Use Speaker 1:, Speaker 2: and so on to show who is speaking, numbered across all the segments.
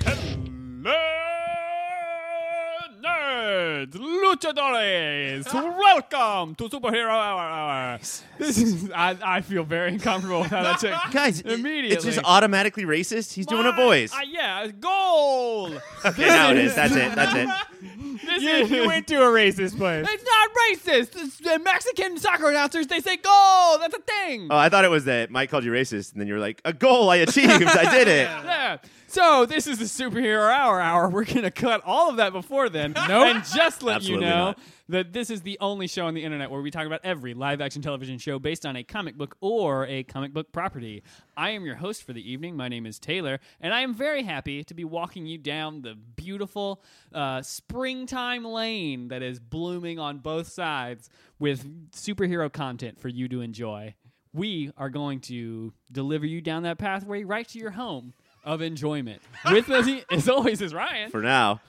Speaker 1: Hello, nerds, luchadores! Welcome to Superhero Hour. Hour. This is. I, I feel very uncomfortable with how that chick.
Speaker 2: Guys, i-
Speaker 1: immediately.
Speaker 2: it's just automatically racist. He's doing a voice.
Speaker 1: Uh, yeah, goal.
Speaker 2: Okay, now it is. That's it. That's it.
Speaker 1: This
Speaker 3: you,
Speaker 1: is.
Speaker 3: you went to a racist place.
Speaker 1: It's not racist. It's the Mexican soccer announcers. They say goal. That's a thing.
Speaker 2: Oh, I thought it was that Mike called you racist, and then you were like, "A goal I achieved. I did it."
Speaker 1: Yeah. So this is the superhero hour hour. We're gonna cut all of that before then. No. And just let
Speaker 2: Absolutely
Speaker 1: you know
Speaker 2: not.
Speaker 1: that this is the only show on the internet where we talk about every live action television show based on a comic book or a comic book property. I am your host for the evening. My name is Taylor, and I am very happy to be walking you down the beautiful uh, springtime lane that is blooming on both sides with superhero content for you to enjoy. We are going to deliver you down that pathway right to your home of enjoyment. With us, as always, is Ryan
Speaker 2: For now,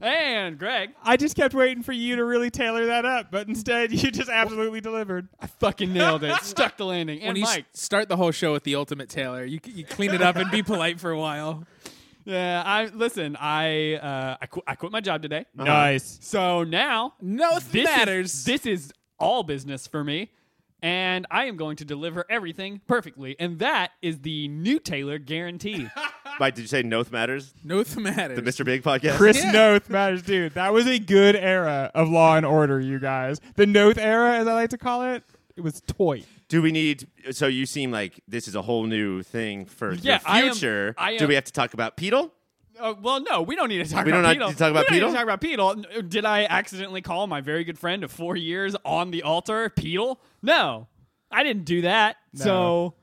Speaker 1: and Greg.
Speaker 3: I just kept waiting for you to really tailor that up, but instead you just absolutely delivered.
Speaker 1: I fucking nailed it. Stuck the landing. And
Speaker 4: when you s-
Speaker 1: Mike.
Speaker 4: start the whole show with the ultimate Taylor, you c- you clean it up and be polite for a while.
Speaker 1: Yeah, I listen. I uh, I, qu- I quit my job today.
Speaker 3: Uh-huh. Nice.
Speaker 1: So now
Speaker 4: No th-
Speaker 1: this
Speaker 4: matters.
Speaker 1: Is, this is all business for me, and I am going to deliver everything perfectly. And that is the new Taylor guarantee.
Speaker 2: Mike, did you say "Noth matters"?
Speaker 4: no th- matters.
Speaker 2: The Mr. Big podcast.
Speaker 3: Chris
Speaker 4: Yeah.
Speaker 3: Noth matters, dude. That was a good era of Law and Order, you guys. The Noth era, as I like to call it, it was toy.
Speaker 2: Do we need? So you seem like this is a whole new thing for
Speaker 1: Yeah, I
Speaker 2: your
Speaker 1: am-
Speaker 2: future.
Speaker 1: I
Speaker 2: Do
Speaker 1: am-
Speaker 2: we have to talk about pedal?
Speaker 1: Uh, well, no, we don't need to talk
Speaker 2: We
Speaker 1: about
Speaker 2: don't
Speaker 1: Beetle.
Speaker 2: need to talk about
Speaker 1: we don't
Speaker 2: Beetle?
Speaker 1: need to talk about Beetle. N- uh, Did I accidentally call my very good friend of four years on the altar Beetle? No, I didn't do that. So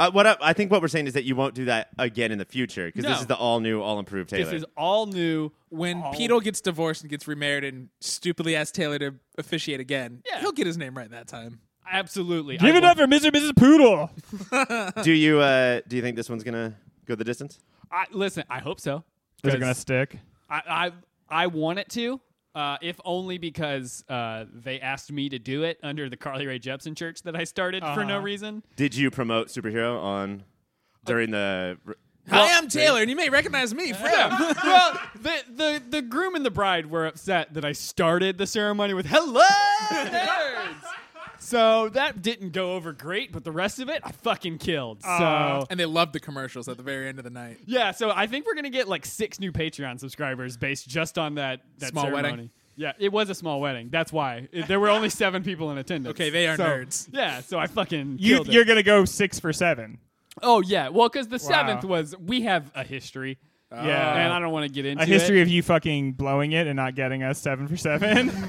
Speaker 2: Uh, what I, I think what we're saying is that you won't do that again in the future because
Speaker 1: No.
Speaker 2: this is the all new, all improved Taylor.
Speaker 1: this is all new.
Speaker 4: when
Speaker 1: Oh.
Speaker 4: Pedal gets divorced and gets remarried and stupidly asks Taylor to officiate again,
Speaker 1: Yeah.
Speaker 4: he'll get his name right that time.
Speaker 1: Absolutely,
Speaker 3: Give
Speaker 1: I
Speaker 3: it
Speaker 1: will-
Speaker 3: up for Mr. and Mrs. Poodle.
Speaker 2: do you uh, do you think this one's gonna go the distance?
Speaker 1: I, listen, I hope so.
Speaker 3: Is it going to
Speaker 1: 'Cause-
Speaker 3: stick?
Speaker 1: I I, I want it to, uh, if only because uh, they asked me to do it under the Carly Rae Jepsen church that I started for
Speaker 3: Uh-huh.
Speaker 1: no reason.
Speaker 2: Did you promote superhero on during the?
Speaker 4: I am Taylor, and you may recognize me from.
Speaker 1: well, the, the the groom and the bride were upset that I started the ceremony with "Hello, nerds." So that didn't go over great, but the rest of it I fucking killed. so
Speaker 4: And they loved the commercials at the very end of the night.
Speaker 1: yeah, so I think we're gonna get like six new Patreon subscribers based just on that, that
Speaker 4: Small
Speaker 1: ceremony.
Speaker 4: wedding?
Speaker 1: Yeah, it was a small wedding. That's why It- there were only seven people in attendance.
Speaker 4: Okay, they are
Speaker 3: So-
Speaker 4: nerds.
Speaker 1: Yeah, so I fucking
Speaker 3: You,
Speaker 1: killed it.
Speaker 3: you're going to go six for seven.
Speaker 1: oh yeah, well because the seventh was we have a history,
Speaker 4: Oh.
Speaker 3: yeah.
Speaker 1: and I don't want to get into
Speaker 3: a history
Speaker 1: It.
Speaker 3: of you fucking blowing it and not getting us seven for seven.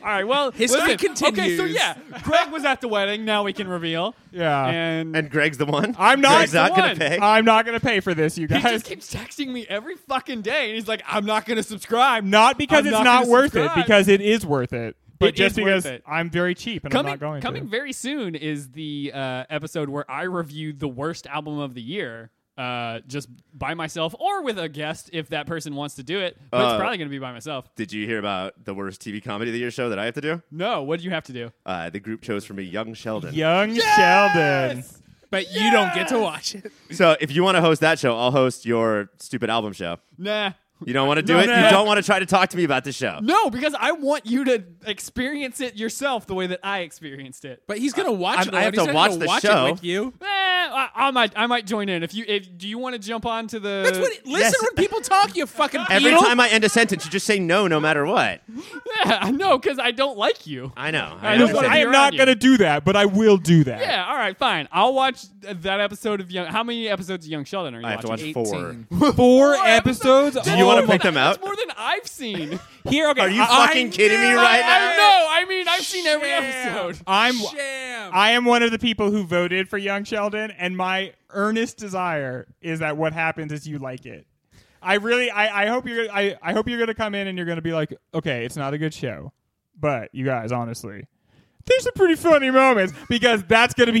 Speaker 1: All right, well
Speaker 4: History
Speaker 1: listen, Okay, so
Speaker 4: continues.
Speaker 1: yeah, Greg was at the wedding. Now we can reveal.
Speaker 3: Yeah.
Speaker 1: and,
Speaker 2: And Greg's the one.
Speaker 3: I'm not
Speaker 2: Greg's
Speaker 3: the
Speaker 2: not
Speaker 1: one. Uh,
Speaker 2: gonna pay.
Speaker 3: I'm not going to pay for this, you
Speaker 1: he
Speaker 3: guys.
Speaker 1: just keeps texting me every fucking day, and he's like, "I'm not gonna subscribe."
Speaker 3: Not because
Speaker 1: I'm
Speaker 3: it's
Speaker 1: not
Speaker 3: not,
Speaker 1: gonna
Speaker 3: worth
Speaker 1: subscribe.
Speaker 3: it, because it is worth it. But
Speaker 1: It
Speaker 3: just
Speaker 1: is worth
Speaker 3: because
Speaker 1: it.
Speaker 3: I'm very cheap and I'm not going
Speaker 1: coming
Speaker 3: to.
Speaker 1: very soon is the uh, episode where I reviewed the worst album of the year. Uh, just by myself or with a guest if that person wants to do it. But it's
Speaker 2: Uh,
Speaker 1: probably going to be by myself.
Speaker 2: Did you hear about the worst TV comedy of the year show that I have to do?
Speaker 1: No, what do you have to do?
Speaker 2: Uh, the group chose for me Young Sheldon.
Speaker 3: Young Sheldon.
Speaker 4: But you don't get to watch it.
Speaker 2: So if you want to host that show, I'll host your stupid album show.
Speaker 1: Nah.
Speaker 2: You don't want to do
Speaker 1: No,
Speaker 2: it.
Speaker 1: no.
Speaker 2: You don't want to try to talk to me about the show.
Speaker 1: No, because I want you to experience it yourself the way that I experienced it.
Speaker 4: But he's gonna watch
Speaker 2: I'm-
Speaker 4: it.
Speaker 2: I have
Speaker 4: alone. He's
Speaker 2: to
Speaker 4: not
Speaker 2: watch
Speaker 4: gonna
Speaker 2: the
Speaker 4: watch
Speaker 2: show.
Speaker 4: it with you.
Speaker 1: Eh, I, I might I might join in if you if do you want to jump on to the
Speaker 4: That's what. listen
Speaker 2: yes.
Speaker 4: when people talk. You fucking.
Speaker 2: Every
Speaker 4: Beetle.
Speaker 2: time I end a sentence, you just say no, no matter what.
Speaker 1: yeah, I know because I don't like you.
Speaker 2: I know.
Speaker 1: I don't
Speaker 2: understand.
Speaker 1: wanna
Speaker 3: I
Speaker 1: be
Speaker 3: am
Speaker 1: around
Speaker 3: not
Speaker 1: you.
Speaker 3: going to do that, but I will do that.
Speaker 1: Yeah, all right, fine. I'll watch that episode of Young. How many episodes of Young Sheldon are you
Speaker 2: I have to
Speaker 1: watching?
Speaker 2: watch four.
Speaker 4: 18.
Speaker 3: Four
Speaker 1: episodes?
Speaker 3: episodes.
Speaker 2: Do you wanna
Speaker 3: Oh
Speaker 1: That's
Speaker 2: pick them
Speaker 1: more than-
Speaker 2: out?
Speaker 1: That's more than I've seen.
Speaker 3: my- here? Okay,
Speaker 2: Are you
Speaker 3: I-
Speaker 2: fucking kidding me right
Speaker 1: I
Speaker 2: now?
Speaker 1: know. I mean, I've seen every
Speaker 4: Sham.
Speaker 1: episode.
Speaker 3: I'm
Speaker 4: Sham.
Speaker 3: I am one of the people who voted for Young Sheldon, and my earnest desire is that what happens is you like it. I really, I, I hope you're, I, I hope you're gonna come in and you're gonna be like, okay, it's not a good show, but you guys, honestly, there's some pretty funny moments because that's going to be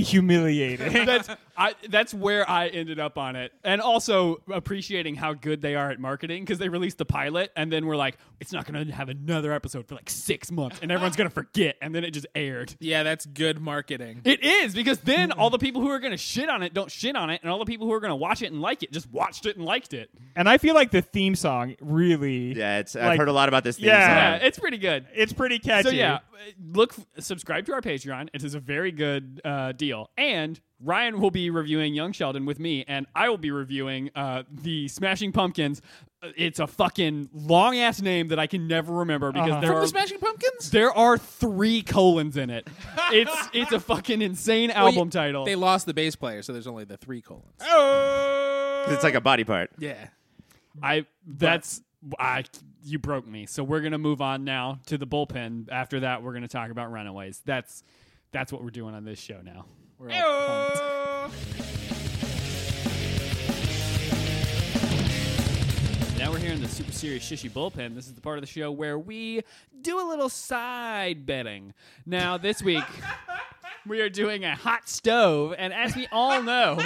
Speaker 3: humiliating.
Speaker 1: that's I, that's where I ended up on it, and also appreciating how good they are at marketing because they released the pilot and then we're like, it's not going to have another episode for like six months, and everyone's going to forget, and then it just aired.
Speaker 4: Yeah, that's good marketing.
Speaker 1: It is because then all the people who are going to shit on it don't shit on it, and all the people who are going to watch it and like it just watched it and liked it.
Speaker 3: and I feel like the theme song really,
Speaker 2: Yeah, it's, I've
Speaker 3: Like-
Speaker 2: heard a lot about this. Theme
Speaker 3: Yeah.
Speaker 1: Yeah,
Speaker 2: song.
Speaker 1: it's pretty good.
Speaker 3: it's pretty catchy.
Speaker 1: So yeah, uh, look, subscribe to our Patreon. It is a very good uh, deal. And Ryan will be reviewing Young Sheldon with me, and I will be reviewing uh, the Smashing Pumpkins. Uh, It's a fucking long ass name that I can never remember because
Speaker 3: Uh-huh.
Speaker 1: there
Speaker 4: From
Speaker 1: are
Speaker 4: the Smashing Pumpkins?
Speaker 1: there are three colons in it. it's it's a fucking insane album
Speaker 4: Well, you-
Speaker 1: title.
Speaker 4: They lost the bass player, so there's only the three colons.
Speaker 3: Oh,
Speaker 2: 'Cause it's like a body part.
Speaker 4: Yeah.
Speaker 1: I that's I you broke me. So we're gonna move on now to the bullpen. After that, we're gonna talk about Runaways. That's that's what we're doing on this show now.
Speaker 4: We're all pumped.
Speaker 1: Oh. Now we're here in the Super Serious Shishy Bullpen. This is the part of the show where we do a little side betting. Now, this week, we are doing a hot stove, and as we all know,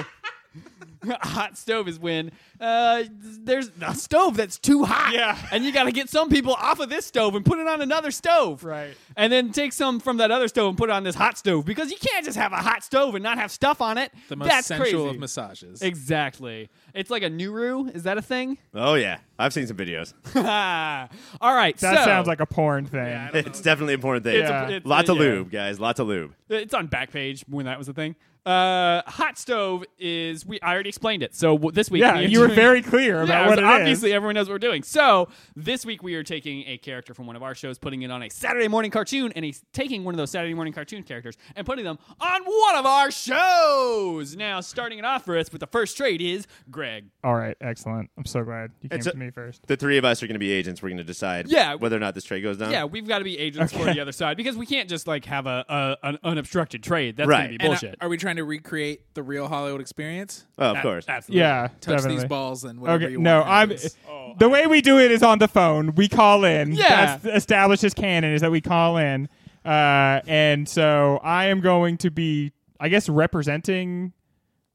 Speaker 1: a hot stove is when uh, there's a stove that's too hot.
Speaker 3: Yeah.
Speaker 1: And you got to get some people off of this stove and put it on another stove.
Speaker 3: Right.
Speaker 1: And then take some from that other stove and put it on this hot stove because you can't just have a hot stove and not have stuff on it.
Speaker 4: The most
Speaker 1: that's
Speaker 4: sensual
Speaker 1: crazy.
Speaker 4: of massages.
Speaker 1: Exactly. It's like a Nuru. Is that a thing?
Speaker 2: Oh yeah, I've seen some videos.
Speaker 1: All right.
Speaker 3: that
Speaker 1: so-
Speaker 3: sounds like a porn thing.
Speaker 2: it's definitely an important thing.
Speaker 1: It's a-
Speaker 3: Yeah.
Speaker 1: it's a-
Speaker 2: Lots of
Speaker 1: yeah.
Speaker 2: lube, guys. Lots of lube.
Speaker 1: It's on Backpage when that was a thing. Uh, hot stove is we. I already explained it. So w- this week,
Speaker 3: yeah,
Speaker 1: we are
Speaker 3: you were
Speaker 1: doing-
Speaker 3: very clear about
Speaker 1: Yeah,
Speaker 3: what it
Speaker 1: so
Speaker 3: is.
Speaker 1: obviously everyone knows what we're doing. So this week we are taking a character from one of our shows, putting it on a Saturday morning cartoon, and he's taking one of those Saturday morning cartoon characters and putting them on one of our shows. Now, starting it off for us with the first trade is Greg.
Speaker 3: All right, excellent. I'm so glad you came
Speaker 2: It's a-
Speaker 3: to me first.
Speaker 2: The three of us are going to be agents. We're going to decide
Speaker 1: Yeah.
Speaker 2: whether or not this trade goes down.
Speaker 1: Yeah, we've got to be agents for
Speaker 3: Okay.
Speaker 1: the other side because we can't just like have a, a an unobstructed trade. That's
Speaker 2: Right.
Speaker 1: gonna be
Speaker 2: And
Speaker 4: And
Speaker 1: bullshit.
Speaker 4: Are, are we trying to recreate the real Hollywood experience?
Speaker 2: Oh, of course.
Speaker 1: Absolutely.
Speaker 3: Yeah,
Speaker 4: Touch
Speaker 3: definitely.
Speaker 4: these balls and whatever
Speaker 3: Okay,
Speaker 4: you
Speaker 3: no,
Speaker 4: want.
Speaker 3: I'm.
Speaker 4: happens.
Speaker 3: The way we do it is on the phone. We call in.
Speaker 1: Yeah.
Speaker 3: That's established as canon is that we call in, uh, and so I am going to be, I guess, representing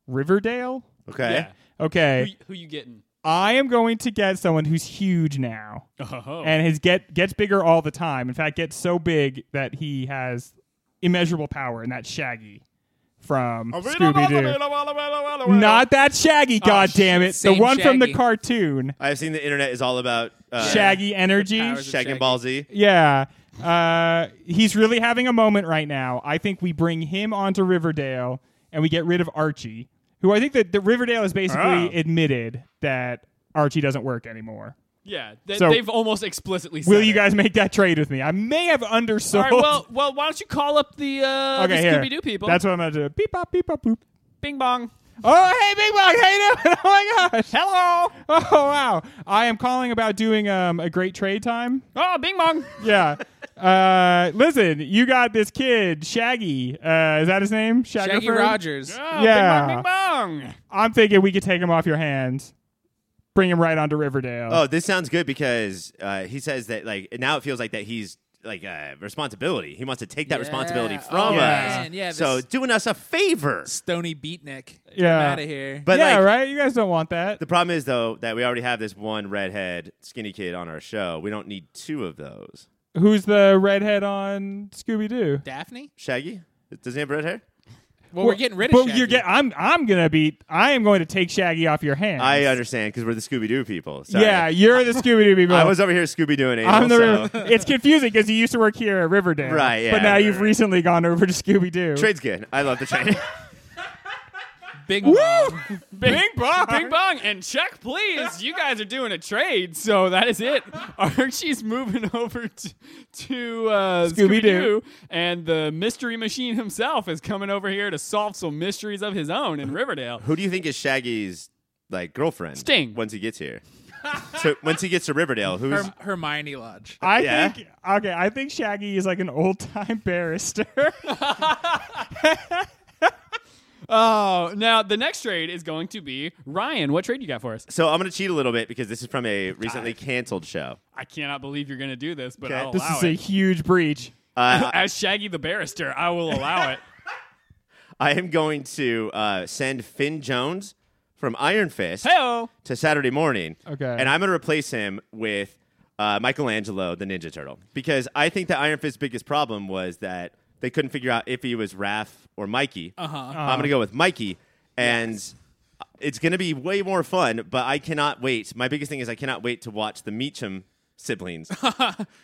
Speaker 3: Riverdale.
Speaker 2: Okay.
Speaker 1: Yeah. Who,
Speaker 3: Okay,
Speaker 1: who you getting?
Speaker 3: I am going to get someone who's huge now,
Speaker 1: Oh.
Speaker 3: and his get gets bigger all the time. In fact, gets so big that he has immeasurable power, and that's Shaggy from Scooby Doo. Not that Shaggy,
Speaker 1: Oh,
Speaker 3: God damn it! The
Speaker 4: same
Speaker 3: one from the
Speaker 4: Shaggy.
Speaker 3: cartoon.
Speaker 2: I've seen the internet is all about uh,
Speaker 3: Shaggy energy.
Speaker 4: powers of
Speaker 2: Shaggy and Ball Z.
Speaker 3: Yeah. Uh, he's really having a moment right now. I think we bring him onto Riverdale and we get rid of Archie, who I think that the Riverdale has basically
Speaker 1: Ah.
Speaker 3: admitted that Archie doesn't work anymore.
Speaker 1: Yeah, they,
Speaker 3: So-
Speaker 1: they've almost explicitly.
Speaker 3: Will
Speaker 1: said
Speaker 3: you
Speaker 1: it.
Speaker 3: guys make that trade with me? I may have
Speaker 1: All
Speaker 3: undersold.
Speaker 1: right. Well, well, why don't you call up the, uh,
Speaker 3: okay,
Speaker 1: the
Speaker 3: here.
Speaker 1: Scooby Doo people?
Speaker 3: That's what I'm gonna do. Beep bop, beep bop, boop.
Speaker 1: Bing bong.
Speaker 3: Oh, hey, Big Bug, how you doing? Oh my gosh, hello. Oh wow, I am calling about doing um, a great trade time.
Speaker 1: Oh, bing bong.
Speaker 3: yeah. Uh, listen, you got this kid, Shaggy. Uh, is that his name?
Speaker 4: Shaggy
Speaker 3: Shaggerford?
Speaker 4: Rogers.
Speaker 1: Oh,
Speaker 3: Yeah.
Speaker 1: Bing bong. Bing bong.
Speaker 3: I'm thinking we could take him off your hands, bring him right onto Riverdale.
Speaker 2: Oh, this sounds good because uh, he says that like now it feels like that he's like uh, responsibility. He wants to take that
Speaker 4: Yeah.
Speaker 2: responsibility
Speaker 4: Oh,
Speaker 2: from
Speaker 4: yeah.
Speaker 2: us.
Speaker 4: Yeah,
Speaker 2: so
Speaker 4: this-
Speaker 2: doing us a favor.
Speaker 4: Stony Beatnik. Get
Speaker 3: Yeah.
Speaker 4: out of here.
Speaker 2: But
Speaker 3: yeah,
Speaker 2: like
Speaker 3: right. You guys don't want that.
Speaker 2: the problem is though that we already have this one redhead skinny kid on our show. We don't need two of those.
Speaker 3: Who's the redhead on Scooby Doo?
Speaker 4: Daphne?
Speaker 2: Shaggy? Does he have red hair?
Speaker 4: Well, we're getting rid of
Speaker 3: But
Speaker 4: Shaggy.
Speaker 3: you get. I'm. I'm gonna be. I am going to take Shaggy off your hands.
Speaker 2: I understand because we're the Scooby Doo people. Sorry.
Speaker 3: Yeah, you're the Scooby Doo people.
Speaker 2: I was over here Scooby Dooing.
Speaker 3: I'm the.
Speaker 2: so.
Speaker 3: River- it's confusing because you used to work here at Riverdale,
Speaker 2: Right, yeah.
Speaker 3: But now you've
Speaker 2: Right, right.
Speaker 3: recently gone over to Scooby Doo.
Speaker 2: Trade's good. I love the trade.
Speaker 4: Big Mom.
Speaker 1: Bing, bong. Bing bong. And check, please. You guys are doing a trade, so that is it. Archie's moving over to, to uh, Scooby
Speaker 3: Scooby-Doo.
Speaker 1: Doo, and the mystery machine himself is coming over here to solve some mysteries of his own in Riverdale.
Speaker 2: Who do you think is Shaggy's like girlfriend?
Speaker 1: Sting.
Speaker 2: Once he gets here. so once he gets to Riverdale, who's
Speaker 4: Her- Hermione Lodge.
Speaker 3: I
Speaker 2: Yeah.
Speaker 3: think okay. I think Shaggy is like an old time barrister.
Speaker 1: Oh, now the next trade is going to be Ryan. What trade you got for us?
Speaker 2: so I'm gonna cheat a little bit because this is from a recently canceled show.
Speaker 1: I cannot believe you're going to do this, but
Speaker 2: Okay.
Speaker 1: I'll
Speaker 3: this
Speaker 1: allow
Speaker 3: is a
Speaker 1: it.
Speaker 3: huge breach.
Speaker 2: Uh,
Speaker 1: As Shaggy the Barrister, I will allow it.
Speaker 2: I am going to uh, send Finn Jones from Iron Fist
Speaker 1: Heyo.
Speaker 2: to Saturday morning.
Speaker 3: Okay.
Speaker 2: And I'm going to replace him with uh, Michelangelo, the Ninja Turtle, because I think that Iron Fist's biggest problem was that they couldn't figure out if he was Raph or Mikey. Uh-huh. I'm going to go with Mikey, and it's going to be way more fun. But I cannot wait. My biggest thing is I cannot wait to watch the Meacham siblings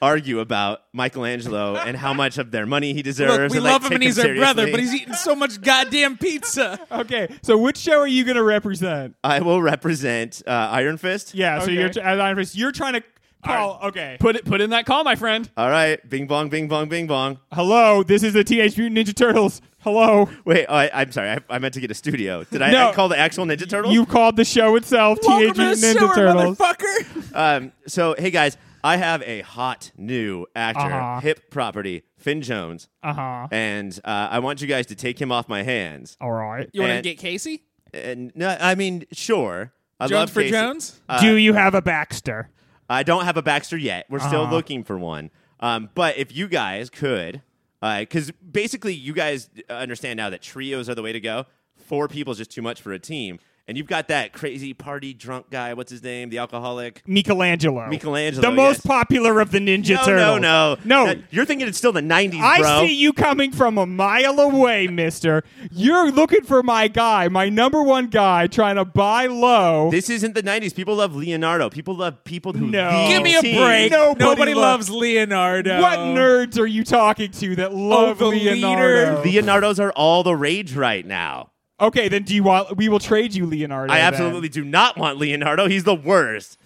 Speaker 2: argue about Michelangelo and how much of their money he deserves.
Speaker 4: Look, we
Speaker 2: and, like,
Speaker 4: love him
Speaker 2: take
Speaker 4: and he's our brother,
Speaker 2: seriously.
Speaker 4: but he's eating so much goddamn pizza.
Speaker 3: Okay, so which show are you going to represent?
Speaker 2: I will represent uh, Iron Fist.
Speaker 3: Yeah, so
Speaker 1: Okay.
Speaker 3: you're tr- as Iron Fist, you're trying to call. Okay,
Speaker 1: Put it. Put in that call, my friend.
Speaker 2: All right, bing bong, bing bong, bing bong.
Speaker 3: hello, this is the Teenage Mutant Ninja Turtles. Hello,
Speaker 2: Wait, oh, I, I'm sorry. I, I meant to get a studio. Did I,
Speaker 3: No.
Speaker 2: I call the actual Ninja Turtle?
Speaker 3: you called the show itself,
Speaker 4: Welcome
Speaker 3: Teenage
Speaker 4: to the
Speaker 3: Mutant
Speaker 4: show,
Speaker 3: Ninja Turtles.
Speaker 4: motherfucker.
Speaker 2: Um, so hey guys, I have a hot new actor,
Speaker 3: Uh-huh.
Speaker 2: hip property, Finn Jones,
Speaker 3: Uh huh.
Speaker 2: and uh, I want you guys to take him off my hands.
Speaker 3: All right.
Speaker 4: You want to
Speaker 2: And-
Speaker 4: get Casey?
Speaker 2: And no, I mean, sure. I
Speaker 4: Jones
Speaker 2: love
Speaker 4: for
Speaker 2: Casey. Uh,
Speaker 4: Jones?
Speaker 3: Do you have a Baxter?
Speaker 2: I don't have a Baxter yet. We're still
Speaker 3: Uh-huh.
Speaker 2: looking for one. Um, but if you guys could, because basically you guys understand now that trios are the way to go. Four people is just too much for a team. And you've got that crazy party drunk guy. What's his name? The alcoholic.
Speaker 3: Michelangelo.
Speaker 2: Michelangelo,
Speaker 3: the most
Speaker 2: yes.
Speaker 3: popular of the Ninja
Speaker 2: No,
Speaker 3: Turtles.
Speaker 2: no, no,
Speaker 3: no.
Speaker 2: That- You're thinking it's still the '90s,
Speaker 3: I
Speaker 2: bro.
Speaker 3: see you coming from a mile away, mister. You're looking for my guy, my number one guy, trying to buy low.
Speaker 2: This isn't the '90s. People love Leonardo. People love people who
Speaker 3: No.
Speaker 2: lead
Speaker 4: Give me a
Speaker 2: teams.
Speaker 4: break.
Speaker 3: Nobody
Speaker 4: Nobody
Speaker 3: lo-
Speaker 4: loves Leonardo.
Speaker 3: What nerds are you talking to that love
Speaker 2: Oh,
Speaker 4: the
Speaker 3: Leonardo?
Speaker 4: leader.
Speaker 2: Leonardos are all the rage right now.
Speaker 3: okay, then do you want? We will trade you Leonardo.
Speaker 2: I
Speaker 3: then.
Speaker 2: absolutely do not want Leonardo. He's the worst.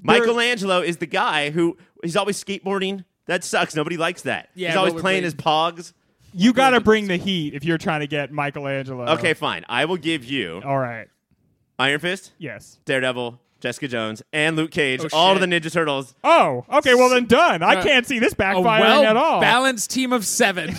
Speaker 2: Michelangelo is the guy who he's always skateboarding. That sucks. Nobody likes that.
Speaker 4: Yeah,
Speaker 2: he's always
Speaker 4: rollerblade.
Speaker 2: playing his pogs.
Speaker 3: You got to bring the heat if you're trying to get Michelangelo.
Speaker 4: Uh-huh.
Speaker 2: Okay, fine. I will give you
Speaker 4: Oh.
Speaker 3: All right.
Speaker 2: Iron Fist,
Speaker 3: Yes.
Speaker 2: Daredevil, Jessica Jones, and Luke Cage,
Speaker 4: Oh,
Speaker 2: all of the
Speaker 4: shit.
Speaker 2: Ninja Turtles.
Speaker 3: Oh, okay. Well, then done. I
Speaker 4: Uh,
Speaker 3: can't see this
Speaker 4: A
Speaker 3: backfiring at all.
Speaker 4: well-balanced Oh, team of seven.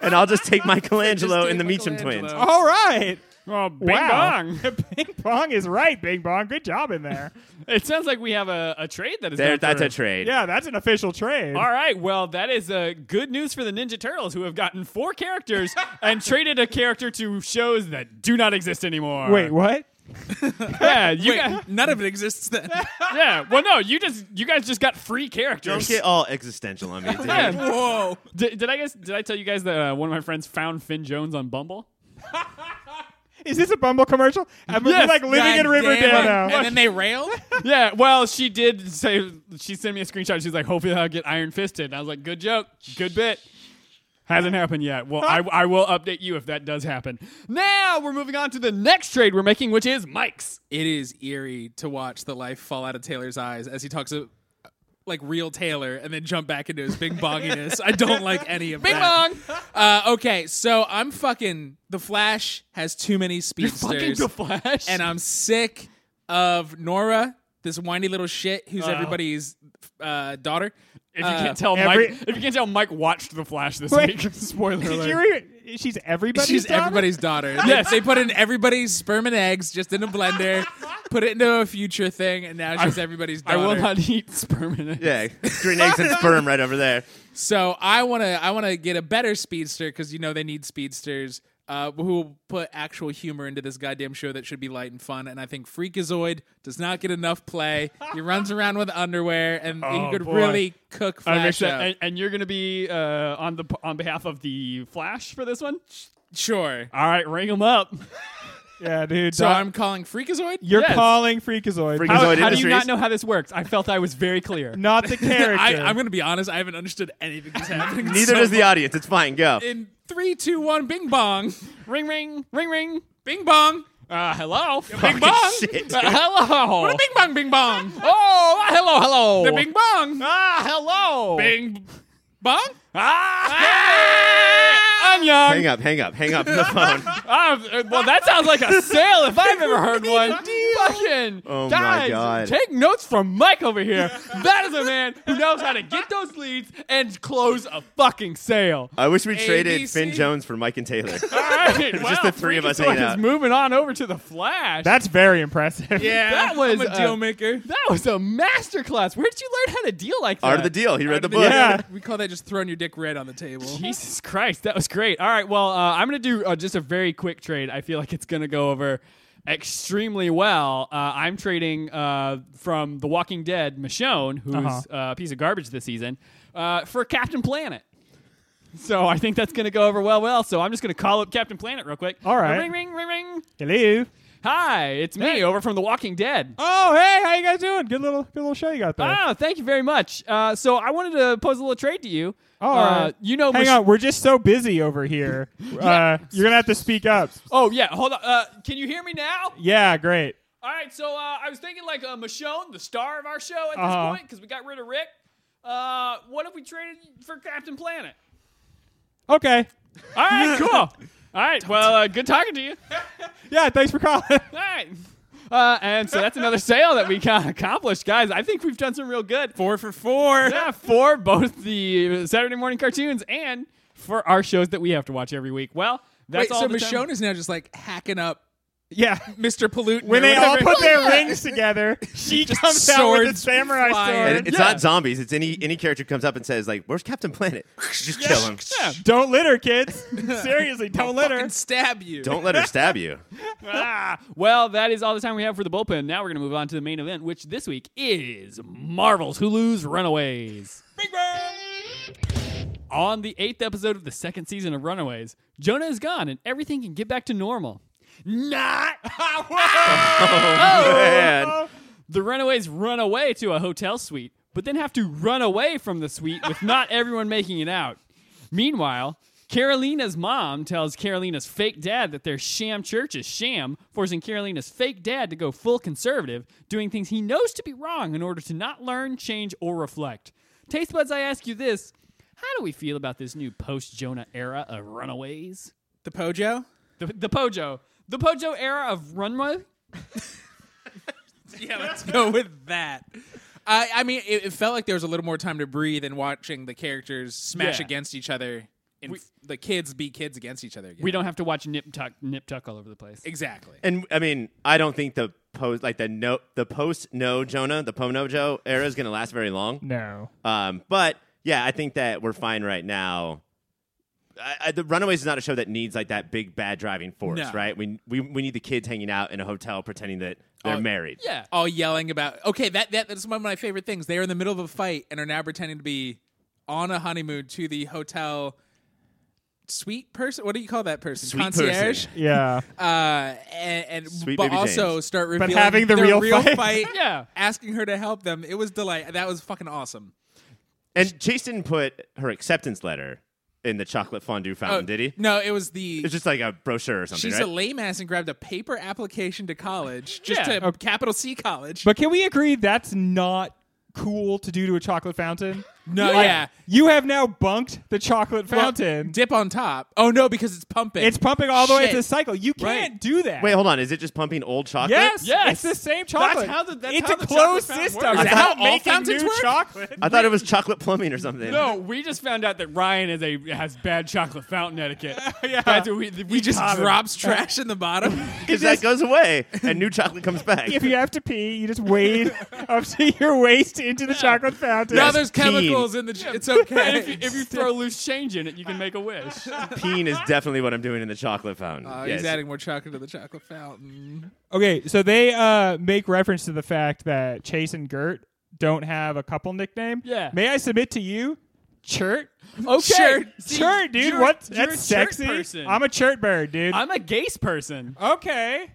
Speaker 2: And I'll just take Michelangelo
Speaker 4: do
Speaker 2: and the Meacham
Speaker 4: Michelangelo.
Speaker 2: twins.
Speaker 3: all right.
Speaker 1: Oh, bing
Speaker 3: wow.
Speaker 1: bong.
Speaker 3: Bing Bong is right, Bing Bong. Good job in there.
Speaker 1: It sounds like we have a, a trade that is.
Speaker 2: There,
Speaker 1: going
Speaker 2: that's
Speaker 1: through.
Speaker 2: a trade.
Speaker 3: yeah, that's an official trade.
Speaker 1: All right. Well, that is uh, good news for the Ninja Turtles, who have gotten four characters and traded a character to shows that do not exist anymore.
Speaker 3: Wait, what?
Speaker 1: Yeah, you
Speaker 4: Wait,
Speaker 1: got-
Speaker 4: none of it exists then.
Speaker 1: yeah. Well, no, you just you guys just got free
Speaker 2: Don't
Speaker 1: characters.
Speaker 2: get all existential on me, dude.
Speaker 1: Yeah.
Speaker 4: Whoa.
Speaker 1: Did, did I guess? Did I tell you guys that uh, one of my friends found Finn Jones on Bumble?
Speaker 3: Is this a Bumble commercial? I'm
Speaker 1: Yes,
Speaker 3: like living
Speaker 4: God
Speaker 3: in Riverdale
Speaker 4: damn it.
Speaker 3: now.
Speaker 4: And then they railed?
Speaker 1: yeah. Well, she did say she sent me a screenshot. She's like, "Hopefully, I'll get iron fisted." And I was like, "Good joke, good bit." Hasn't happened yet. Well, I, I will update you if that does happen. Now we're moving on to the next trade we're making, which is Mike's.
Speaker 4: It is eerie to watch the life fall out of Taylor's eyes as he talks of, like real Taylor and then jump back into his big bonginess. I don't like any of
Speaker 1: Bing
Speaker 4: that.
Speaker 1: bong.
Speaker 4: Uh, okay, so I'm fucking. The Flash has too many speedsters.
Speaker 1: Fucking the Flash.
Speaker 4: and I'm sick of Nora, this whiny little shit who's everybody's uh, daughter.
Speaker 1: Uh-huh. if you
Speaker 4: uh,
Speaker 1: can't tell,
Speaker 3: every-
Speaker 1: Mike, if you can't tell, Mike watched the Flash this
Speaker 3: Wait.
Speaker 1: week. Spoiler
Speaker 3: Did
Speaker 1: alert.
Speaker 3: you re- she's everybody's
Speaker 4: She's
Speaker 3: daughter?
Speaker 4: everybody's daughter.
Speaker 1: Yes.
Speaker 4: they, they put in everybody's sperm and eggs just in a blender, put it into a future thing, and now she's everybody's
Speaker 1: I
Speaker 4: daughter.
Speaker 1: will not eat sperm in it.
Speaker 2: Yeah, green eggs and sperm right over there.
Speaker 4: So I want to I want to get a better speedster because you know they need speedsters uh, who will put actual humor into this goddamn show that should be light and fun. And I think Freakazoid does not get enough play. he runs around with underwear, and
Speaker 1: Oh,
Speaker 4: he could
Speaker 1: boy.
Speaker 4: really cook
Speaker 1: I'm
Speaker 4: Flash
Speaker 1: excited-
Speaker 4: up.
Speaker 1: Uh, and, and you're going to be uh, on the on behalf of the Flash for this one.
Speaker 4: sure.
Speaker 1: All right, ring them up.
Speaker 3: Yeah, dude.
Speaker 4: So
Speaker 3: uh,
Speaker 4: I'm calling Freakazoid.
Speaker 3: you're
Speaker 1: Yes.
Speaker 3: calling Freakazoid.
Speaker 2: Freakazoid.
Speaker 1: How,
Speaker 2: Zoid
Speaker 1: how do you
Speaker 2: Industries.
Speaker 1: not know how this works? I felt I was very clear.
Speaker 3: Not the character.
Speaker 4: I, I'm going to be honest. I haven't understood anything that's happening.
Speaker 2: Neither
Speaker 4: So
Speaker 2: does the audience. It's fine. Go.
Speaker 4: In three, two, one, bing bong,
Speaker 1: Ring, ring, ring, ring.
Speaker 4: bing bong,
Speaker 1: Uh, hello.
Speaker 4: bing bong,
Speaker 2: Shit.
Speaker 1: Uh, hello.
Speaker 4: bing bong, bing bong,
Speaker 1: Oh, hello, hello.
Speaker 4: the bing bong,
Speaker 1: ah, hello.
Speaker 4: bing bong.
Speaker 1: Ah, I'm young. uh,
Speaker 2: Hang up. Hang up. Hang up the phone.
Speaker 1: Ah, well, that sounds like a sale if I've ever heard one. fucking
Speaker 2: Oh my
Speaker 1: guys,
Speaker 2: God.
Speaker 1: take notes from Mike over here. that is a man who knows how to get those leads and close a fucking sale.
Speaker 2: I wish we
Speaker 4: ABC?
Speaker 2: traded Finn Jones for Mike and Taylor.
Speaker 1: All right,
Speaker 2: Just the three of us
Speaker 1: Freakazoid
Speaker 2: hanging
Speaker 1: is
Speaker 2: out.
Speaker 1: moving on over to the Flash.
Speaker 3: That's very impressive.
Speaker 4: Yeah,
Speaker 1: That was,
Speaker 4: I'm a
Speaker 1: uh,
Speaker 4: deal maker.
Speaker 1: that was a masterclass. Where'd you learn how to deal like that?
Speaker 2: Art of the deal. He read the book.
Speaker 3: Yeah.
Speaker 4: We call that just throwing your dick red on the table.
Speaker 1: Jesus Christ, that was great. All right, well, uh, I'm going to do uh, just a very quick trade. I feel like it's going to go over extremely well. Uh, I'm trading uh, from The Walking Dead, Michonne, who's uh
Speaker 2: Uh-huh.
Speaker 1: a piece of garbage this season, uh, for Captain Planet. So I think that's going to go over well, well. So I'm just going to call up Captain Planet real quick.
Speaker 3: All right.
Speaker 1: Ring, ring, ring, ring.
Speaker 3: Hello.
Speaker 1: Hi, it's me over from The Walking Dead.
Speaker 3: Oh, hey, how you guys doing? Good little, good little show you got there.
Speaker 1: Ah, thank you very much. Uh, so I wanted to pose a little trade to you.
Speaker 3: All
Speaker 1: uh,
Speaker 3: right.
Speaker 1: You know,
Speaker 3: Hang
Speaker 1: Mich-
Speaker 3: on, we're just so busy over here. Uh, you're gonna have to speak up.
Speaker 1: Oh yeah, hold on. Uh, can you hear me now?
Speaker 3: Yeah, great.
Speaker 1: All right, so uh, I was thinking like uh, Michonne, the star of our show at
Speaker 3: Uh-huh.
Speaker 1: this point, because we got rid of Rick. Uh, what if we traded for Captain Planet?
Speaker 3: Okay.
Speaker 1: All right, cool. All right, well, uh, good talking to you.
Speaker 3: Yeah, thanks for calling.
Speaker 1: All right. Uh, and so that's another sale that we got accomplished, guys. I think we've done some real good.
Speaker 4: Four for four.
Speaker 1: Yeah, for both the Saturday morning cartoons and for our shows that we have to watch every week. Well, that's
Speaker 4: Wait,
Speaker 1: all.
Speaker 4: so
Speaker 1: the time-
Speaker 4: Michonne is now just like hacking up
Speaker 3: yeah.
Speaker 4: Mr. Pollutant.
Speaker 3: When
Speaker 4: or
Speaker 3: they all
Speaker 4: whatever.
Speaker 3: put their rings together, she
Speaker 4: Just
Speaker 3: comes out with a
Speaker 4: swords
Speaker 3: samurai
Speaker 4: flying.
Speaker 3: sword.
Speaker 2: And it's
Speaker 1: Yeah.
Speaker 2: not zombies. It's any any character who comes up and says like, "Where's Captain Planet?" Just kill him.
Speaker 1: Yeah.
Speaker 3: Don't litter, kids. Seriously, don't litter.
Speaker 4: fucking stab you.
Speaker 2: Don't let her stab you.
Speaker 1: Ah, well, that is all the time we have for the bullpen. Now we're going to move on to the main event, which this week is Marvel's Hulu's Runaways. On the eighth episode of the second season of Runaways, Jonah is gone and everything can get back to normal. Not!
Speaker 2: Man.
Speaker 1: The Runaways run away to a hotel suite, but then have to run away from the suite with not everyone making it out. Meanwhile, Carolina's mom tells Carolina's fake dad that their sham church is sham, forcing Carolina's fake dad to go full conservative, doing things he knows to be wrong in order to not learn, change, or reflect. Taste buds, I ask you this. How do we feel about this new post Jonah era of runaways?
Speaker 4: The Pojo?
Speaker 1: The, the Pojo. The Pojo era of runway?
Speaker 4: Yeah, let's go with that. I, I mean, it, it felt like there was a little more time to breathe in watching the characters smash
Speaker 1: Yeah.
Speaker 4: against each other and f- the kids be kids against each other again.
Speaker 1: We don't have to watch nip tuck, nip tuck all over the place.
Speaker 4: Exactly.
Speaker 2: And I mean, I don't think the post like the no the post no Jonah the Pono Joe era is going to last very long.
Speaker 3: No.
Speaker 2: Um, but yeah, I think that we're fine right now. I, I, the Runaways is not a show that needs like that big bad driving force,
Speaker 4: No.
Speaker 2: right? We, we we need the kids hanging out in a hotel pretending that they're
Speaker 4: Oh,
Speaker 2: married.
Speaker 1: Yeah.
Speaker 4: All yelling about. Okay, that, that that's one of my favorite things. They are in the middle of a fight and are now pretending to be on a honeymoon to the hotel suite person. What do you call that person?
Speaker 2: Suite person.
Speaker 4: Concierge.
Speaker 3: Yeah.
Speaker 4: Uh, and, and
Speaker 2: Sweet
Speaker 4: but
Speaker 2: baby
Speaker 4: also
Speaker 2: James.
Speaker 4: start revealing
Speaker 3: having the
Speaker 4: their
Speaker 3: real fight.
Speaker 4: fight
Speaker 1: Yeah.
Speaker 4: asking her to help them. It was delight. That was fucking awesome.
Speaker 2: And Chase didn't put her acceptance letter in the chocolate fondue fountain,
Speaker 1: Uh,
Speaker 4: Oh,
Speaker 2: did he?
Speaker 4: No, it was the.
Speaker 2: It's just like a brochure or something,
Speaker 4: She's
Speaker 2: right?
Speaker 4: a lame ass and grabbed a paper application to college, just
Speaker 1: Yeah.
Speaker 4: to capital C college.
Speaker 3: But can we agree that's not cool to do to a chocolate fountain?
Speaker 4: no,
Speaker 3: Like,
Speaker 4: yeah,
Speaker 3: You have now bunked the chocolate
Speaker 4: Well,
Speaker 3: fountain.
Speaker 4: dip on top. Oh no, because it's pumping.
Speaker 3: it's pumping all the way to
Speaker 4: Shit.
Speaker 3: the cycle. You
Speaker 4: Right.
Speaker 3: can't do that.
Speaker 2: Wait, hold on. Is it just pumping old chocolate?
Speaker 3: Yes,
Speaker 1: Yes.
Speaker 3: it's the same
Speaker 1: That's
Speaker 3: chocolate.
Speaker 1: how the- that's
Speaker 3: it's
Speaker 1: how
Speaker 3: a
Speaker 1: the chocolate
Speaker 3: closed
Speaker 1: fountain
Speaker 3: system.
Speaker 1: works.
Speaker 3: It's
Speaker 4: Is that
Speaker 3: not
Speaker 4: how all
Speaker 3: making
Speaker 4: fountains
Speaker 3: new
Speaker 4: work?
Speaker 3: chocolate.
Speaker 2: I thought it was chocolate plumbing or something.
Speaker 1: No, we just found out that Ryan is a has bad chocolate fountain etiquette. yeah, That's what we, we
Speaker 4: he just
Speaker 1: caught him.
Speaker 4: drops trash in the bottom.
Speaker 2: because that goes away and new chocolate comes back.
Speaker 3: If you have to pee, you just wade up to your waist into the chocolate fountain.
Speaker 4: no, there's
Speaker 2: keen.
Speaker 4: chemicals in the. ch- It's okay.
Speaker 1: And if you, if you throw loose change in it, you can make a wish.
Speaker 2: Peen is definitely what I'm doing in the chocolate fountain.
Speaker 4: Uh,
Speaker 2: yes.
Speaker 4: He's adding more chocolate to the chocolate fountain.
Speaker 3: Okay, so they uh, make reference to the fact that Chase and Gert don't have a couple nickname.
Speaker 1: Yeah.
Speaker 3: May I submit to you, Chert?
Speaker 1: Okay,
Speaker 4: Sure.
Speaker 1: See,
Speaker 3: Chert, dude.
Speaker 1: you're-
Speaker 3: what?
Speaker 1: you're
Speaker 3: That's
Speaker 1: a chert
Speaker 3: sexy.
Speaker 1: person.
Speaker 3: I'm a Chert bird, dude.
Speaker 1: I'm a gaze person.
Speaker 3: okay.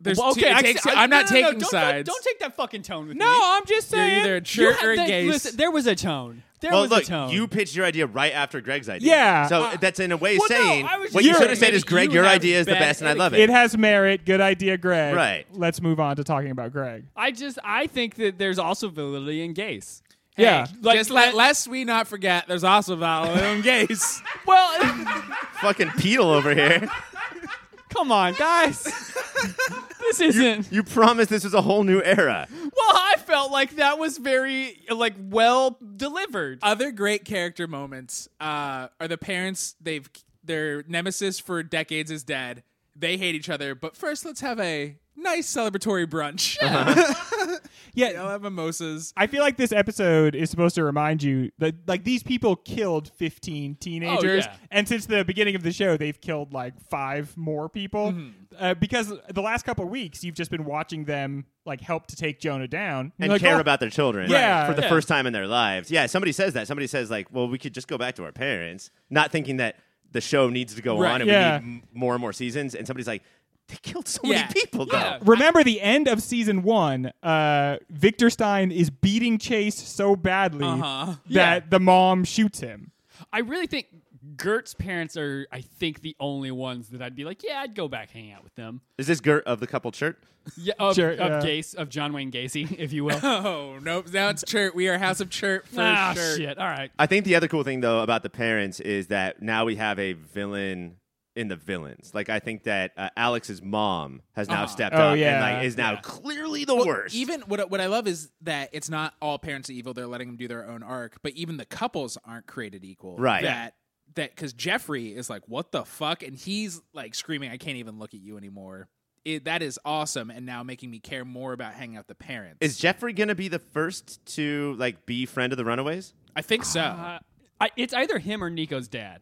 Speaker 4: There's
Speaker 1: Well,
Speaker 4: two-
Speaker 1: okay,
Speaker 4: it
Speaker 1: I,
Speaker 4: takes-
Speaker 1: I,
Speaker 4: I'm
Speaker 1: no,
Speaker 4: not
Speaker 1: no, no,
Speaker 4: taking
Speaker 1: don't,
Speaker 4: sides.
Speaker 1: Don't, don't take that fucking tone with
Speaker 3: No,
Speaker 1: me.
Speaker 3: I'm just
Speaker 4: You're
Speaker 3: saying.
Speaker 4: either a
Speaker 1: You
Speaker 4: jerk
Speaker 1: had
Speaker 4: or a
Speaker 1: the-
Speaker 4: gay.
Speaker 1: Listen, there was a tone. There
Speaker 2: Well,
Speaker 1: was a
Speaker 2: look,
Speaker 1: tone.
Speaker 2: you pitched your idea right after Greg's idea.
Speaker 3: Yeah.
Speaker 2: So
Speaker 3: Uh,
Speaker 2: that's in a way
Speaker 1: well, no,
Speaker 2: saying
Speaker 1: I was
Speaker 2: what
Speaker 1: just
Speaker 2: you should have
Speaker 1: saying
Speaker 2: said is,
Speaker 1: maybe
Speaker 2: Greg,
Speaker 1: you
Speaker 2: your
Speaker 1: have
Speaker 2: idea is the
Speaker 1: bad
Speaker 2: best, and I love
Speaker 3: it
Speaker 2: it.
Speaker 3: has merit. Good idea, Greg.
Speaker 2: Right.
Speaker 3: Let's move on to talking about Greg.
Speaker 1: I just I think that there's also validity in gays.
Speaker 3: yeah.
Speaker 1: like-
Speaker 4: just let, lest we not forget, there's also valid on gays.
Speaker 1: Well,
Speaker 2: Fucking Peel over here.
Speaker 1: come on, guys. this this isn't.
Speaker 2: You promised this was a whole new era.
Speaker 1: well, I felt like that was very like well delivered.
Speaker 4: Other great character moments uh, are the parents. They've their nemesis for decades is dead. They hate each other, but first let's have a nice celebratory brunch.
Speaker 1: Uh-huh.
Speaker 4: yeah, I'll have mimosas.
Speaker 3: I feel like this episode is supposed to remind you that like these people killed 15 teenagers,
Speaker 1: Oh, yeah.
Speaker 3: and since the beginning of the show, they've killed like five more people.
Speaker 1: Mm-hmm.
Speaker 3: Uh, because the last couple of weeks, you've just been watching them like help to take Jonah down
Speaker 2: And
Speaker 3: like,
Speaker 2: care
Speaker 3: oh,
Speaker 2: about their children
Speaker 3: Yeah.
Speaker 2: for the
Speaker 1: Yeah.
Speaker 2: first time in their lives. Yeah, somebody says that. Somebody says, like, well, we could just go back to our parents, not thinking that the show needs to go
Speaker 4: Right,
Speaker 2: on and
Speaker 3: yeah.
Speaker 2: we need m- more and more seasons. And somebody's like, they killed so
Speaker 4: Yeah.
Speaker 2: many people, though.
Speaker 1: Yeah.
Speaker 3: Remember the end of season one. Uh, Victor Stein is beating Chase so badly
Speaker 4: Uh-huh.
Speaker 3: that
Speaker 1: Yeah.
Speaker 3: the mom shoots him.
Speaker 1: I really think Gert's parents are, I think, the only ones that I'd be like, yeah, I'd go back hang out with them.
Speaker 2: Is this Gert of the coupled shirt?
Speaker 1: Yeah, of,
Speaker 3: Sure,
Speaker 1: of
Speaker 3: yeah.
Speaker 1: Gase, of John Wayne Gacy, if you will.
Speaker 4: Oh nope! Now it's chert. We are House of Chert for
Speaker 1: ah,
Speaker 4: sure.
Speaker 1: shit. All right.
Speaker 2: I think the other cool thing though about the parents is that now we have a villain in the villains. Like I think that uh, Alex's mom has now stepped
Speaker 3: Oh,
Speaker 2: up
Speaker 3: yeah,
Speaker 2: and like is now clearly the
Speaker 4: Well,
Speaker 2: worst.
Speaker 4: Even what what I love is that it's not all parents are evil. They're letting them do their own arc, but even the couples aren't created equal.
Speaker 2: Right.
Speaker 4: That that because Jeffrey is like, what the fuck, and he's like screaming, I can't even look at you anymore. It, that is awesome, and now making me care more about hanging out with the parents.
Speaker 2: is Jeffrey gonna be the first to like be friend of the Runaways?
Speaker 4: I think so.
Speaker 1: Uh, I, it's either him or Nico's dad.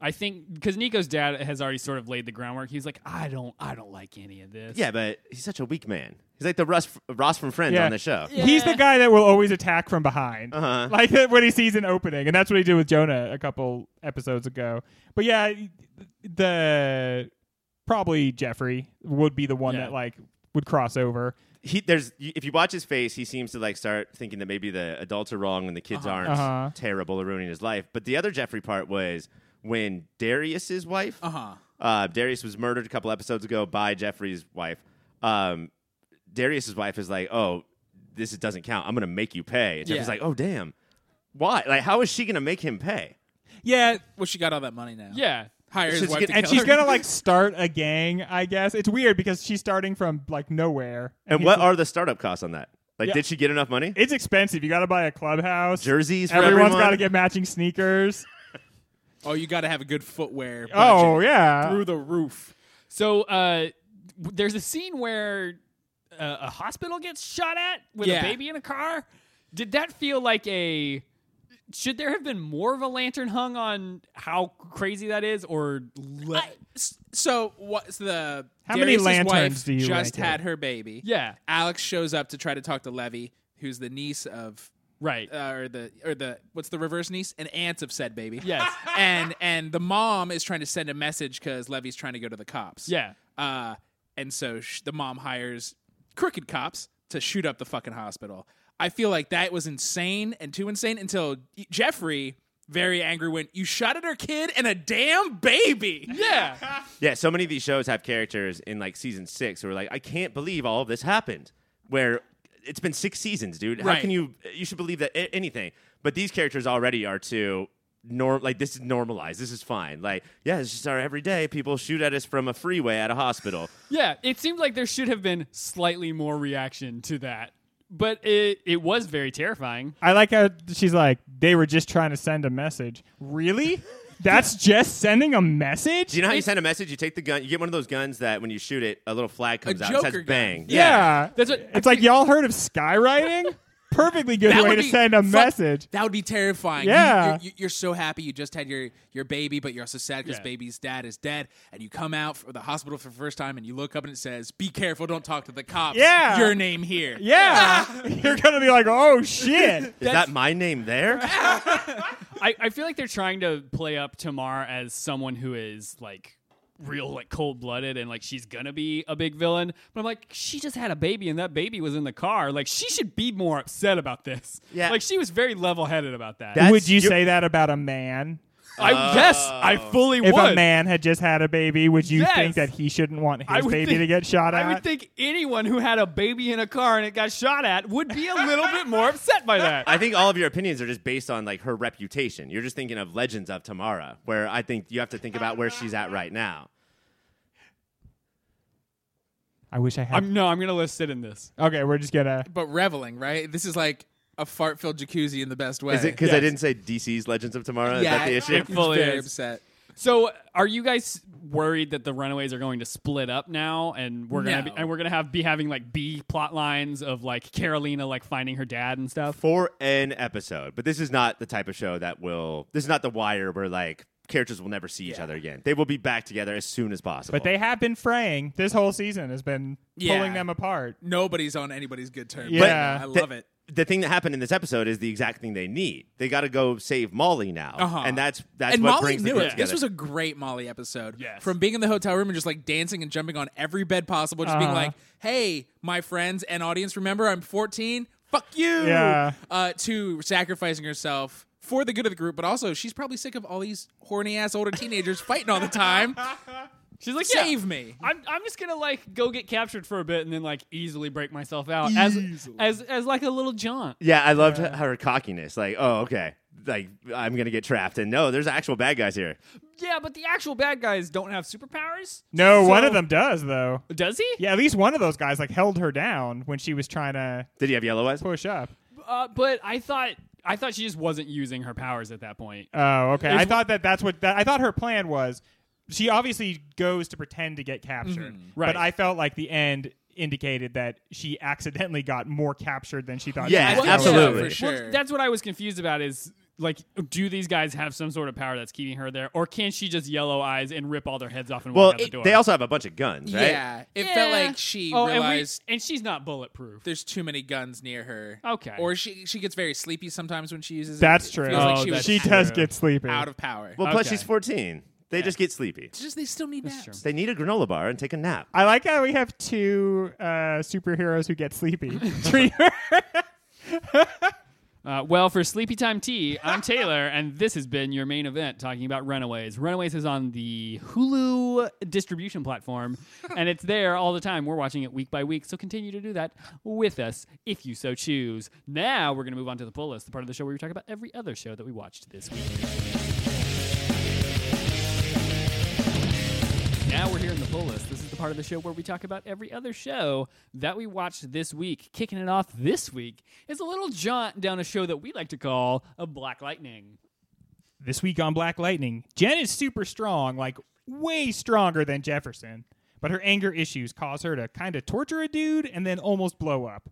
Speaker 1: I think because Nico's dad has already sort of laid the groundwork. He's like, I don't, I don't like any of this.
Speaker 2: Yeah, but he's such a weak man. He's like the Russ, Ross from Friends
Speaker 3: Yeah.
Speaker 2: on the show.
Speaker 3: He's
Speaker 1: Yeah.
Speaker 3: the guy that will always attack from behind,
Speaker 2: Uh-huh.
Speaker 3: like when he sees an opening, and that's what he did with Jonah a couple episodes ago. But yeah, the probably Jeffrey would be the one
Speaker 1: Yeah.
Speaker 3: that like would cross over.
Speaker 2: He there's if you watch his face, he seems to like start thinking that maybe the adults are wrong and the kids aren't
Speaker 3: Uh-huh.
Speaker 2: terrible or ruining his life. But the other Jeffrey part was when Darius's wife
Speaker 4: Uh huh.
Speaker 2: Uh, Darius was murdered a couple episodes ago by Jeffrey's wife. Um, Darius's wife is like, "Oh, this doesn't count. I'm gonna make you pay." And Jeffrey's
Speaker 4: Yeah.
Speaker 2: like, "Oh, damn, why? Like, how is she gonna make him pay?"
Speaker 3: Yeah,
Speaker 4: Well, she got all that money now.
Speaker 1: yeah.
Speaker 4: Hire his
Speaker 2: She's
Speaker 4: wife
Speaker 2: gonna-
Speaker 4: to
Speaker 3: and
Speaker 4: kill
Speaker 3: she's
Speaker 4: her.
Speaker 3: gonna like start a gang, I guess. It's weird because she's starting from like nowhere.
Speaker 2: And
Speaker 3: he's
Speaker 2: what
Speaker 3: like-
Speaker 2: are the startup costs on that? Like,
Speaker 3: Yeah.
Speaker 2: did she get enough money?
Speaker 3: it's expensive. You got to buy a clubhouse.
Speaker 2: Jerseys for
Speaker 3: Everyone's
Speaker 2: everyone?
Speaker 3: got to get matching sneakers.
Speaker 4: Oh, you got to have a good footwear.
Speaker 3: oh
Speaker 4: budget
Speaker 3: yeah,
Speaker 4: through the roof.
Speaker 1: So uh, w- there's a scene where uh, a hospital gets shot at with
Speaker 4: Yeah.
Speaker 1: a baby in a car. Did that feel like a? Should there have been more of a lantern hung on how crazy that is, or le-
Speaker 4: S- So what's the
Speaker 3: How many
Speaker 4: Darius's
Speaker 3: lanterns
Speaker 4: wife
Speaker 3: do you
Speaker 4: just
Speaker 3: rank it?
Speaker 4: had her baby?
Speaker 1: yeah,
Speaker 4: Alex shows up to try to talk to Levy, who's the niece of
Speaker 1: right,
Speaker 4: uh, or the or the what's the reverse niece and aunt of said baby.
Speaker 1: Yes.
Speaker 4: and and the mom is trying to send a message because Levy's trying to go to the cops.
Speaker 1: yeah.
Speaker 4: Uh, and so sh- the mom hires crooked cops to shoot up the fucking hospital. I feel like that was insane and too insane until Jeffrey, very angry, went, "You shot at our kid and a damn baby."
Speaker 1: Yeah,
Speaker 2: Yeah, so many of these shows have characters in like season six who are like, I can't believe all of this happened. Where it's been six seasons, dude. How
Speaker 4: Right.
Speaker 2: can you? You should believe that a- anything. But these characters already are too norm. Like this is normalized. This is fine. Like yeah, it's just our everyday people shoot at us from a freeway at a hospital.
Speaker 1: yeah. It seemed like there should have been slightly more reaction to that, but it it was very terrifying.
Speaker 3: I like how she's like, they were just trying to send a message. Really? That's just sending a message?
Speaker 2: Do you know how you send a message? You take the gun. You get one of those guns that when you shoot it, a little flag comes out.
Speaker 4: Joker
Speaker 2: it
Speaker 4: gun.
Speaker 2: says bang.
Speaker 3: yeah.
Speaker 1: That's what-
Speaker 3: it's like y'all heard of skywriting? Perfectly good
Speaker 4: That
Speaker 3: way
Speaker 4: would
Speaker 3: to
Speaker 4: be-
Speaker 3: send a
Speaker 4: fuck,
Speaker 3: message.
Speaker 4: That would be terrifying. You-
Speaker 3: Yeah.
Speaker 4: you're, you're- you're so happy you just had your your baby, but you're also sad because
Speaker 1: Yeah.
Speaker 4: baby's dad is dead, and you come out for the hospital for the first time, and you look up and it says, "Be careful, don't talk to the cops."
Speaker 3: Yeah.
Speaker 4: your name here.
Speaker 3: Yeah. You're gonna be like, oh shit.
Speaker 2: Is that my name there?
Speaker 1: I, I feel like they're trying to play up Tamar as someone who is like real like cold blooded and like she's gonna be a big villain. But I'm like, she just had a baby and that baby was in the car. Like she should be more upset about this.
Speaker 2: Yeah.
Speaker 1: Like she was very level headed about that.
Speaker 2: That- That's-
Speaker 3: would you
Speaker 2: you're-
Speaker 3: say that about a man?
Speaker 1: I yes, I fully
Speaker 3: If
Speaker 1: would.
Speaker 3: a man had just had a baby, would you
Speaker 1: Yes.
Speaker 3: think that he shouldn't want
Speaker 1: I
Speaker 3: his
Speaker 1: would
Speaker 3: baby
Speaker 1: think-
Speaker 3: to get shot at?
Speaker 1: I would think anyone who had a baby in a car and it got shot at would be a little bit more upset by that.
Speaker 2: I think all of your opinions are just based on like her reputation. You're just thinking of Legends of Tamara, where I think you have to think about where she's at right now.
Speaker 3: I wish I had.
Speaker 1: I'm no, I'm gonna list it in this.
Speaker 3: okay, we're just gonna.
Speaker 4: But reveling, right? This is like a fart filled jacuzzi in the best way.
Speaker 2: Is it because I
Speaker 1: Yes.
Speaker 2: didn't say DC's Legends of Tomorrow?
Speaker 4: Yeah,
Speaker 2: is that the
Speaker 4: I'm
Speaker 2: issue?
Speaker 1: Fully
Speaker 4: very
Speaker 1: is.
Speaker 4: upset.
Speaker 1: So, are you guys worried that the Runaways are going to split up now, and we're gonna
Speaker 4: No.
Speaker 1: be, and we're gonna have be having like B plot lines of like Carolina like finding her dad and stuff?
Speaker 2: For an episode, but this is not the type of show that will. This is not The Wire where like characters will never see each other again. They will be back together as soon as possible.
Speaker 3: But they have been fraying. This whole season has been
Speaker 4: Yeah.
Speaker 3: pulling them apart.
Speaker 4: Nobody's on anybody's good terms.
Speaker 3: But-
Speaker 4: Yeah, I
Speaker 2: the-
Speaker 4: love it.
Speaker 2: The thing that happened in this episode is the exact thing they need. They got to go save Molly now,
Speaker 4: Uh-huh.
Speaker 2: and that's that's
Speaker 4: And
Speaker 2: what
Speaker 4: Molly
Speaker 2: brings the
Speaker 4: knew
Speaker 2: group
Speaker 4: it.
Speaker 2: together.
Speaker 4: This was a great Molly episode.
Speaker 1: Yes.
Speaker 4: From being in the hotel room and just like dancing and jumping on every bed possible, just being
Speaker 3: Uh-huh.
Speaker 4: like, hey, my friends and audience, remember I'm 14? Fuck you.
Speaker 3: Yeah.
Speaker 4: Uh, to sacrificing herself for the good of the group, but also she's probably sick of all these horny ass older teenagers fighting all the time.
Speaker 1: She's like, yeah,
Speaker 4: Save me.
Speaker 1: I'm, I'm just gonna like go get captured for a bit and then like easily break myself out as as as like a little jaunt.
Speaker 2: yeah, I loved her cockiness. Like, oh, okay, like I'm gonna get trapped, and no, there's actual bad guys here.
Speaker 1: Yeah, but the actual bad guys don't have superpowers.
Speaker 3: No, one
Speaker 1: So-
Speaker 3: of them does though.
Speaker 1: Does he?
Speaker 3: Yeah, at least one of those guys like held her down when she was trying to
Speaker 2: Did he have yellow eyes?
Speaker 3: push up.
Speaker 1: Uh, but I thought I thought she just wasn't using her powers at that point.
Speaker 3: Oh, okay.
Speaker 1: There's
Speaker 3: I thought that that's what that, I thought her plan was. She obviously goes to pretend to get captured,
Speaker 4: Mm-hmm.
Speaker 1: Right.
Speaker 3: But I felt like the end indicated that she accidentally got more captured than she thought.
Speaker 2: Yeah,
Speaker 3: she was
Speaker 4: Well,
Speaker 3: going
Speaker 2: absolutely.
Speaker 4: yeah, for sure.
Speaker 1: Well, that's what I was confused about is like do these guys have some sort of power that's keeping her there or can she just yellow eyes and rip all their heads off and
Speaker 2: Well,
Speaker 1: walk out
Speaker 2: it-
Speaker 1: the door?
Speaker 2: they also have a bunch of guns, right?
Speaker 4: Yeah. It felt
Speaker 1: Yeah.
Speaker 4: like she
Speaker 1: Oh, and we-
Speaker 4: realized
Speaker 1: and, she's not bulletproof.
Speaker 4: there's too many guns near her.
Speaker 1: Okay.
Speaker 4: Or she she gets very sleepy sometimes when she uses it.
Speaker 3: That's
Speaker 4: It
Speaker 3: true.
Speaker 4: Feels like
Speaker 1: Oh,
Speaker 4: she was
Speaker 1: that's
Speaker 3: she
Speaker 1: true.
Speaker 3: does get sleepy.
Speaker 4: out of power.
Speaker 2: Well, plus
Speaker 1: Okay.
Speaker 2: she's 14. They just get sleepy.
Speaker 4: it's just they still need
Speaker 1: That's
Speaker 4: naps.
Speaker 2: They need a granola bar and take a nap.
Speaker 3: I like how we have two uh, superheroes who get sleepy. Dreamer.
Speaker 1: Uh, well, for Sleepy Time Tea, I'm Taylor, and this has been your main event talking about Runaways. Runaways is on the Hulu distribution platform, and it's there all the time. We're watching it week by week, so continue to do that with us if you so choose. Now we're going to move on to the pull list, the part of the show where we talk about every other show that we watched this week. Now we're here in the full list. This is the part of the show where we talk about every other show that we watched this week. Kicking it off this week is a little jaunt down a show that we like to call a Black Lightning.
Speaker 3: this week on Black Lightning, Jen is super strong, like way stronger than Jefferson, but her anger issues cause her to kind of torture a dude and then almost blow up.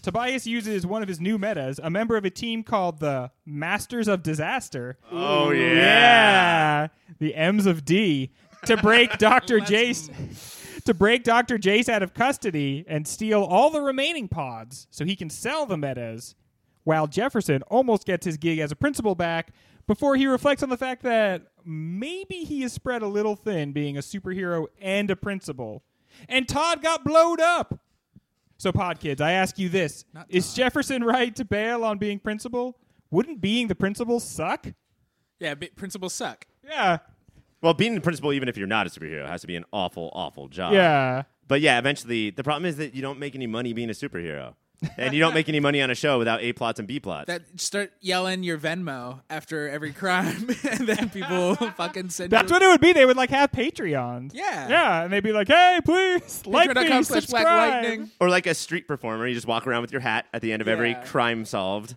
Speaker 3: Tobias uses one of his new metas, a member of a team called the Masters of Disaster.
Speaker 2: Oh, yeah.
Speaker 3: Yeah, the M's of D to break Dr. Jace to break Dr. Jace out of custody and steal all the remaining pods so he can sell the metas. While Jefferson almost gets his gig as a principal back before he reflects on the fact that maybe he is spread a little thin being a superhero and a principal. And Todd got blowed up. So, pod kids, I ask you this Is Jefferson right to bail on being principal? Wouldn't being the principal suck?
Speaker 4: Yeah, but principles suck.
Speaker 3: Yeah.
Speaker 2: Well, being the principal, even if you're not a superhero, has to be an awful, awful
Speaker 1: Uh,
Speaker 2: job.
Speaker 3: Yeah.
Speaker 2: But yeah, eventually, the problem is that you don't make any money being a superhero. and you don't make any money on a show without A plots and B plots.
Speaker 4: That start yelling your Venmo after every crime, and then people fucking send.
Speaker 3: That's
Speaker 4: you,
Speaker 3: what it would be. They would like have Patreons.
Speaker 4: Yeah.
Speaker 3: Yeah. And they'd be like, hey, please, like me,
Speaker 4: Patreon.com slash
Speaker 3: subscribe.
Speaker 4: Black Lightning.
Speaker 2: or like a street performer, you just walk around with your hat at the end of every
Speaker 4: Yeah.
Speaker 2: crime solved.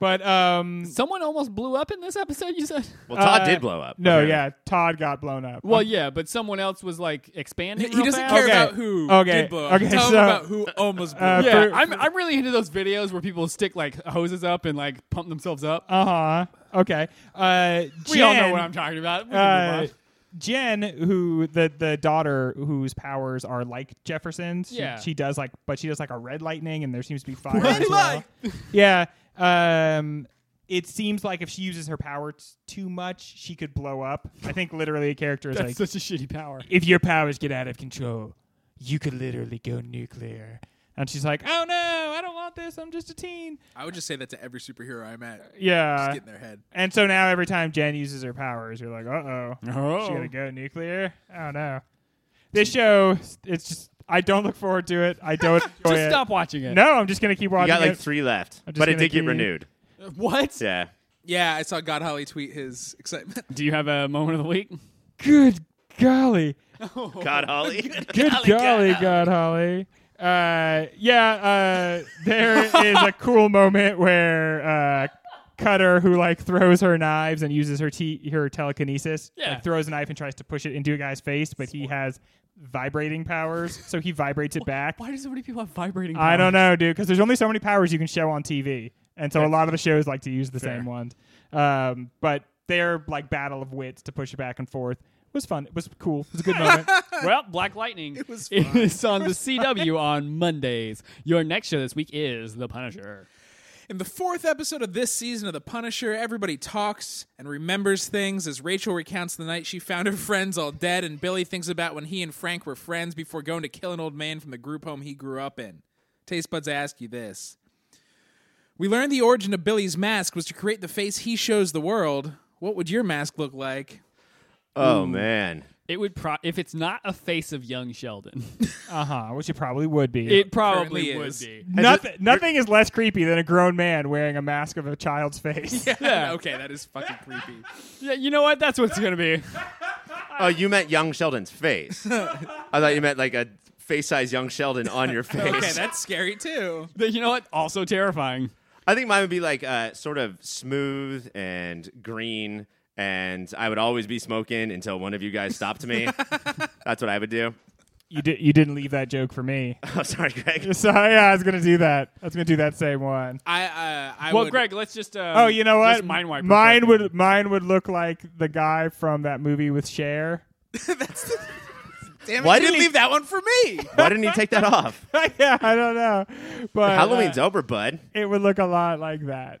Speaker 3: But um,
Speaker 1: Someone almost blew up in this episode, you said?
Speaker 2: Well, Todd
Speaker 3: Uh,
Speaker 2: did blow up.
Speaker 3: no,
Speaker 2: apparently.
Speaker 3: yeah, Todd got blown up.
Speaker 1: Well, yeah, but someone else was like expanding.
Speaker 4: He
Speaker 1: real
Speaker 4: doesn't
Speaker 1: fast.
Speaker 4: care
Speaker 3: Okay.
Speaker 4: about who
Speaker 3: Okay.
Speaker 4: did blow up.
Speaker 3: Okay,
Speaker 4: Tell him
Speaker 3: so-
Speaker 4: about who almost blew
Speaker 3: Uh,
Speaker 4: up.
Speaker 1: Yeah,
Speaker 3: For-
Speaker 1: I'm, I'm really into those videos where people stick like hoses up and like pump themselves up.
Speaker 3: Uh huh. Okay. Uh,
Speaker 1: we all know
Speaker 3: Jen-
Speaker 1: what I'm talking about. We can move
Speaker 3: Uh,
Speaker 1: on.
Speaker 3: Jen, who the the daughter whose powers are like Jefferson's, she-
Speaker 1: Yeah.
Speaker 3: she, does like, but she does like a red lightning, and there seems to be fire.
Speaker 4: Red
Speaker 3: as well. yeah. Um, it seems like if she uses her power t- too much, she could blow up. I think literally a character is like,
Speaker 1: That's such a shitty power.
Speaker 3: if your powers get out of control, you could literally go nuclear. And she's like, oh no, I don't want this. I'm just a teen.
Speaker 4: I would just say that to every superhero I met.
Speaker 3: Yeah.
Speaker 4: Just get in their head.
Speaker 3: And so now every time Jen uses her powers, you're like, uh oh.
Speaker 1: Oh.
Speaker 3: She gonna go nuclear? Oh no. This show, it's just, I don't look forward to it. I don't enjoy
Speaker 1: Just
Speaker 3: it.
Speaker 1: stop watching it.
Speaker 3: No, I'm just gonna keep
Speaker 2: You
Speaker 3: watching
Speaker 2: got like
Speaker 3: it.
Speaker 2: three left,
Speaker 3: I'm just
Speaker 2: but it
Speaker 3: gonna
Speaker 2: did get
Speaker 3: keep-
Speaker 2: renewed.
Speaker 1: What?
Speaker 2: Yeah.
Speaker 4: Yeah, I saw God Holly tweet his excitement.
Speaker 1: Do you have a moment of the week?
Speaker 3: Good golly.
Speaker 4: Oh.
Speaker 2: God, Holly.
Speaker 3: Good golly, God, Holly. Uh, yeah, uh, there is a cool moment where uh, Cutter, who like throws her knives and uses her te- her telekinesis,
Speaker 1: Yeah.
Speaker 3: like, throws a knife and tries to push it into a guy's face, but he has vibrating powers, so he vibrates it back.
Speaker 1: Why do so many people have vibrating?
Speaker 3: I
Speaker 1: powers?
Speaker 3: don't know, dude, because there's only so many powers you can show on TV, and so a lot of the shows like to use the same ones. Um, but their like battle of wits to push it back and forth was fun. It was cool. It was a good moment.
Speaker 1: Well, Black Lightning it
Speaker 4: was fun.
Speaker 1: is on the CW on Mondays. Your next show this week is The Punisher.
Speaker 4: In the fourth episode of this season of The Punisher, everybody talks and remembers things as Rachel recounts the night she found her friends all dead, and Billy thinks about when he and Frank were friends before going to kill an old man from the group home he grew up in. Taste buds, I ask you this. We learned the origin of Billy's mask was to create the face he shows the world. What would your mask look like?
Speaker 2: Oh man.
Speaker 1: It would pro- if it's not a face of young Sheldon.
Speaker 3: Uh huh. Which it probably would be.
Speaker 1: It probably
Speaker 4: Currently
Speaker 1: would
Speaker 4: is.
Speaker 1: be.
Speaker 3: nothing. nothing is less creepy than a grown man wearing a mask of a child's face.
Speaker 4: okay, that is fucking creepy.
Speaker 1: Yeah, you know what? That's what it's gonna be.
Speaker 2: Oh, you meant young Sheldon's face. I thought you meant like a face-size young Sheldon on your face.
Speaker 4: Okay, that's scary too.
Speaker 1: But you know what? Also terrifying.
Speaker 2: I think mine would be like uh, sort of smooth and green, and I would always be smoking until one of you guys stopped me. That's what I would do.
Speaker 3: You did. You didn't leave that joke for me.
Speaker 2: Oh, sorry, Greg.
Speaker 3: So yeah, I was gonna do that. I was gonna do that same one.
Speaker 4: I, uh, I
Speaker 1: Well,
Speaker 4: would,
Speaker 1: Greg, let's just. Um,
Speaker 3: Oh, you know
Speaker 1: let's
Speaker 3: what?
Speaker 1: Mind wipe.
Speaker 3: mine would. Mine would look like the guy from that movie with Cher.
Speaker 4: Damn it,
Speaker 2: Why
Speaker 4: you didn't
Speaker 2: didn't he-
Speaker 4: leave that one for me?
Speaker 2: Why didn't he take that off?
Speaker 3: yeah, I don't know, but
Speaker 2: Halloween's
Speaker 3: uh,
Speaker 2: over, bud.
Speaker 3: it would look a lot like that.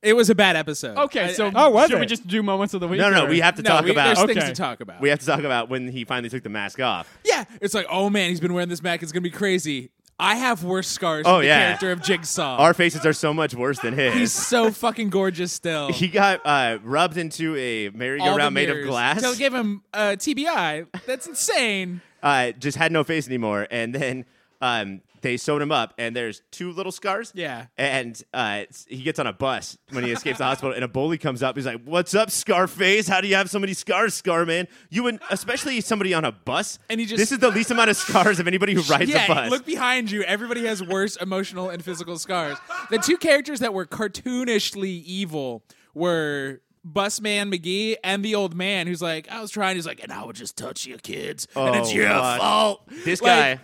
Speaker 4: It was a bad episode.
Speaker 1: Okay,
Speaker 4: I-
Speaker 1: so
Speaker 3: Oh, was
Speaker 1: should we
Speaker 3: it?
Speaker 1: just do moments of the week?
Speaker 2: No, no,
Speaker 1: or-
Speaker 2: we have to
Speaker 4: no,
Speaker 2: talk
Speaker 4: we-
Speaker 2: about.
Speaker 4: there's things
Speaker 3: Okay.
Speaker 4: to talk about.
Speaker 2: We have to talk about when he finally took the mask off.
Speaker 4: yeah, it's like, oh man, he's been wearing this Mac. It's gonna be crazy. I have worse scars.
Speaker 2: Oh,
Speaker 4: than
Speaker 2: yeah.
Speaker 4: the character of Jigsaw.
Speaker 2: Our faces are so much worse than his.
Speaker 4: he's so fucking gorgeous still.
Speaker 2: he got uh, rubbed into a
Speaker 4: All the
Speaker 2: merry-go-round made of
Speaker 4: mirrors.
Speaker 2: glass.
Speaker 4: They'll give him uh, TBI. That's insane.
Speaker 2: uh, just had no face anymore. And then um, they sewed him up, and there's two little scars.
Speaker 4: Yeah.
Speaker 2: And uh, it's- he gets on a bus when he escapes the hospital, and a bully comes up. He's like, "What's up, Scarface? How do you have so many scars, Scarman? You and especially somebody on a bus.
Speaker 4: And he just-
Speaker 2: this is the least amount of scars of anybody who rides
Speaker 4: yeah,
Speaker 2: a bus.
Speaker 4: look behind you. Everybody has worse emotional and physical scars. The two characters that were cartoonishly evil were Busman McGee and the old man who's like, I was trying. He's like, and I would just touch you kids, and it's
Speaker 2: Oh,
Speaker 4: your
Speaker 2: fuck.
Speaker 4: fault.
Speaker 2: this
Speaker 4: Like,
Speaker 2: guy."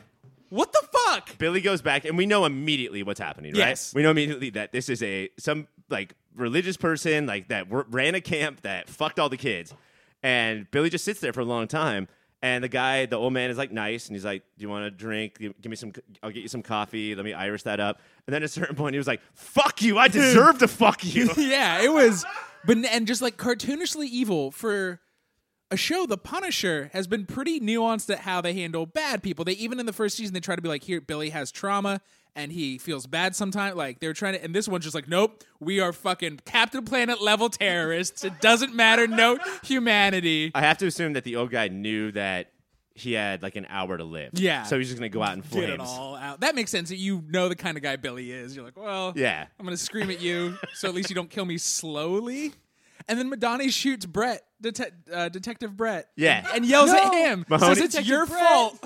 Speaker 4: What the fuck?
Speaker 2: Billy goes back, and we know immediately what's happening, right?
Speaker 4: Yes.
Speaker 2: We know immediately that this is a some like religious person like that w- ran a camp that fucked all the kids, and Billy just sits there for a long time. And the guy, the old man, is like nice, and he's like, "Do you want a drink? Give give me some. I'll get you some coffee. Let me Irish that up." And then at a certain point, he was like, "Fuck you! I deserve to fuck you."
Speaker 4: yeah, it was, but and just like cartoonishly evil for a show. The Punisher has been pretty nuanced at how they handle bad people. They even in the first season they try to be like, here Billy has trauma and he feels bad sometimes. Like they're trying to, and this one's just like, nope, we are fucking Captain Planet level terrorists. It doesn't matter. No humanity.
Speaker 2: I have to assume that the old guy knew that he had like an hour to live.
Speaker 4: Yeah.
Speaker 2: So he's just gonna go out in
Speaker 4: Get it
Speaker 2: flames.
Speaker 4: all out. That makes sense. That you know the kind of guy Billy is. You're like, well,
Speaker 2: Yeah.
Speaker 4: I'm gonna scream at you, so at least you don't kill me slowly. And then Madani shoots Brett, dete- uh, Detective Brett.
Speaker 2: Yeah.
Speaker 4: and yells at
Speaker 1: No.
Speaker 4: him.
Speaker 2: Mahoney-
Speaker 4: Says it's
Speaker 1: Detective
Speaker 4: your
Speaker 1: Brett.
Speaker 4: fault.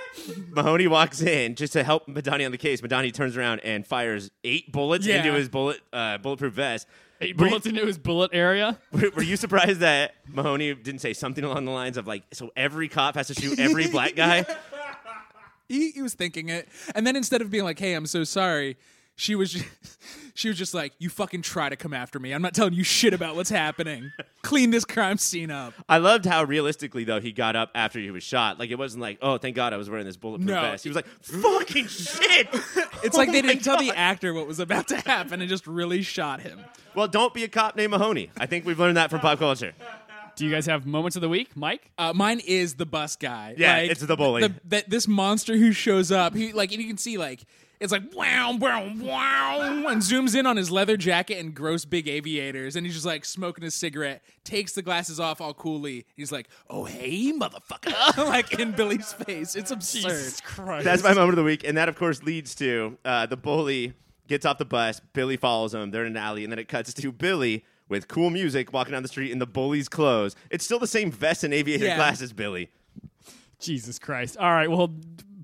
Speaker 2: Mahoney walks in just to help Madani on the case. Madani turns around and fires eight bullets
Speaker 4: Yeah.
Speaker 2: into his bullet uh, bulletproof vest.
Speaker 1: Eight
Speaker 2: Were you-
Speaker 1: bullets into his bullet area.
Speaker 2: Were, were you surprised that Mahoney didn't say something along the lines of like, "So every cop has to shoot every black guy"?
Speaker 4: He, he was thinking it, and then instead of being like, "Hey, I'm so sorry," she was, just, she was just like, "You fucking try to come after me. I'm not telling you shit about what's happening. Clean this crime scene up."
Speaker 2: I loved how realistically though he got up after he was shot. Like it wasn't like, "Oh, thank God I was wearing this bulletproof
Speaker 4: No.
Speaker 2: vest." He was like, "Fucking shit!"
Speaker 4: It's like
Speaker 2: Oh
Speaker 4: they
Speaker 2: my
Speaker 4: didn't tell the
Speaker 2: God.
Speaker 4: actor what was about to happen and just really shot him.
Speaker 2: Well, don't be a cop named Mahoney. I think we've learned that from pop culture.
Speaker 1: Do you guys have moments of the week, Mike?
Speaker 4: Uh, mine is the bus guy.
Speaker 2: Yeah,
Speaker 4: Like,
Speaker 2: it's the bully.
Speaker 4: the- that this monster who shows up, he like and you can see like it's like wow wow wow and zooms in on his leather jacket and gross big aviators and he's just like smoking a cigarette, takes the glasses off all coolly. He's like, "Oh hey, motherfucker!" like in Billy's face. It's absurd.
Speaker 1: Christ.
Speaker 2: That's my moment of the week, and that of course leads to uh, the bully gets off the bus. Billy follows him. They're in an alley, and then it cuts to Billy with cool music walking down the street in the bully's clothes. It's still the same vest and aviator
Speaker 4: Yeah.
Speaker 2: glasses, Billy.
Speaker 1: Jesus Christ. All right. Well,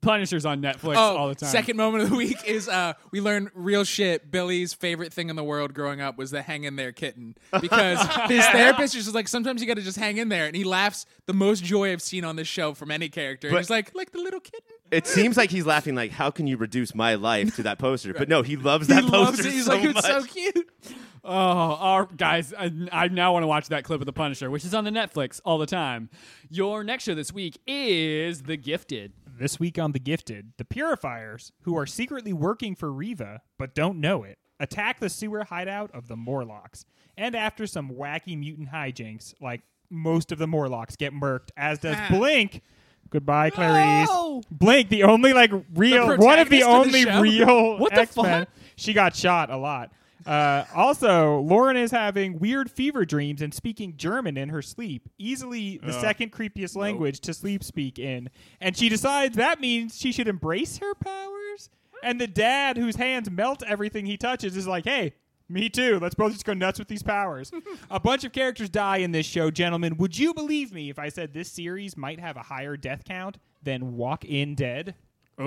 Speaker 1: Punisher's on Netflix
Speaker 4: Oh,
Speaker 1: all the time.
Speaker 4: second moment of the week is uh, we learn real shit. Billy's favorite thing in the world growing up was the hang in there kitten because his therapist is just like sometimes you got to just hang in there, and he laughs the most joy I've seen on this show from any character. And
Speaker 2: But-
Speaker 4: he's like like the little kitten.
Speaker 2: It seems like he's laughing, like, how can you reduce my life to that poster? But no, he loves
Speaker 4: He
Speaker 2: that poster.
Speaker 4: loves it. He's
Speaker 2: so
Speaker 4: like it's
Speaker 2: much.
Speaker 4: so cute.
Speaker 1: Oh, our, guys, I, I now want to watch that clip of The Punisher, which is on the Netflix all the time. Your next show this week is The Gifted.
Speaker 3: This week on The Gifted, the Purifiers, who are secretly working for Riva but don't know it, attack the sewer hideout of the Morlocks. And after some wacky mutant hijinks, like most of the Morlocks get murked, as does Blink. Goodbye, Clarice.
Speaker 4: No!
Speaker 3: Blink, the only like real, one of
Speaker 4: protagonist
Speaker 3: the
Speaker 4: of the
Speaker 3: only
Speaker 4: show?
Speaker 3: real
Speaker 1: What the
Speaker 3: X-Men.
Speaker 1: fuck?
Speaker 3: She got shot a lot. Uh, also, Lauren is having weird fever dreams and speaking German in her sleep, easily the second creepiest language to sleep speak in. And she decides that means she should embrace her powers. And the dad, whose hands melt everything he touches, is like, hey, me too. Let's both just go nuts with these powers. a bunch of characters die in this show, gentlemen. Would you believe me if I said this series might have a higher death count than Walk In Dead?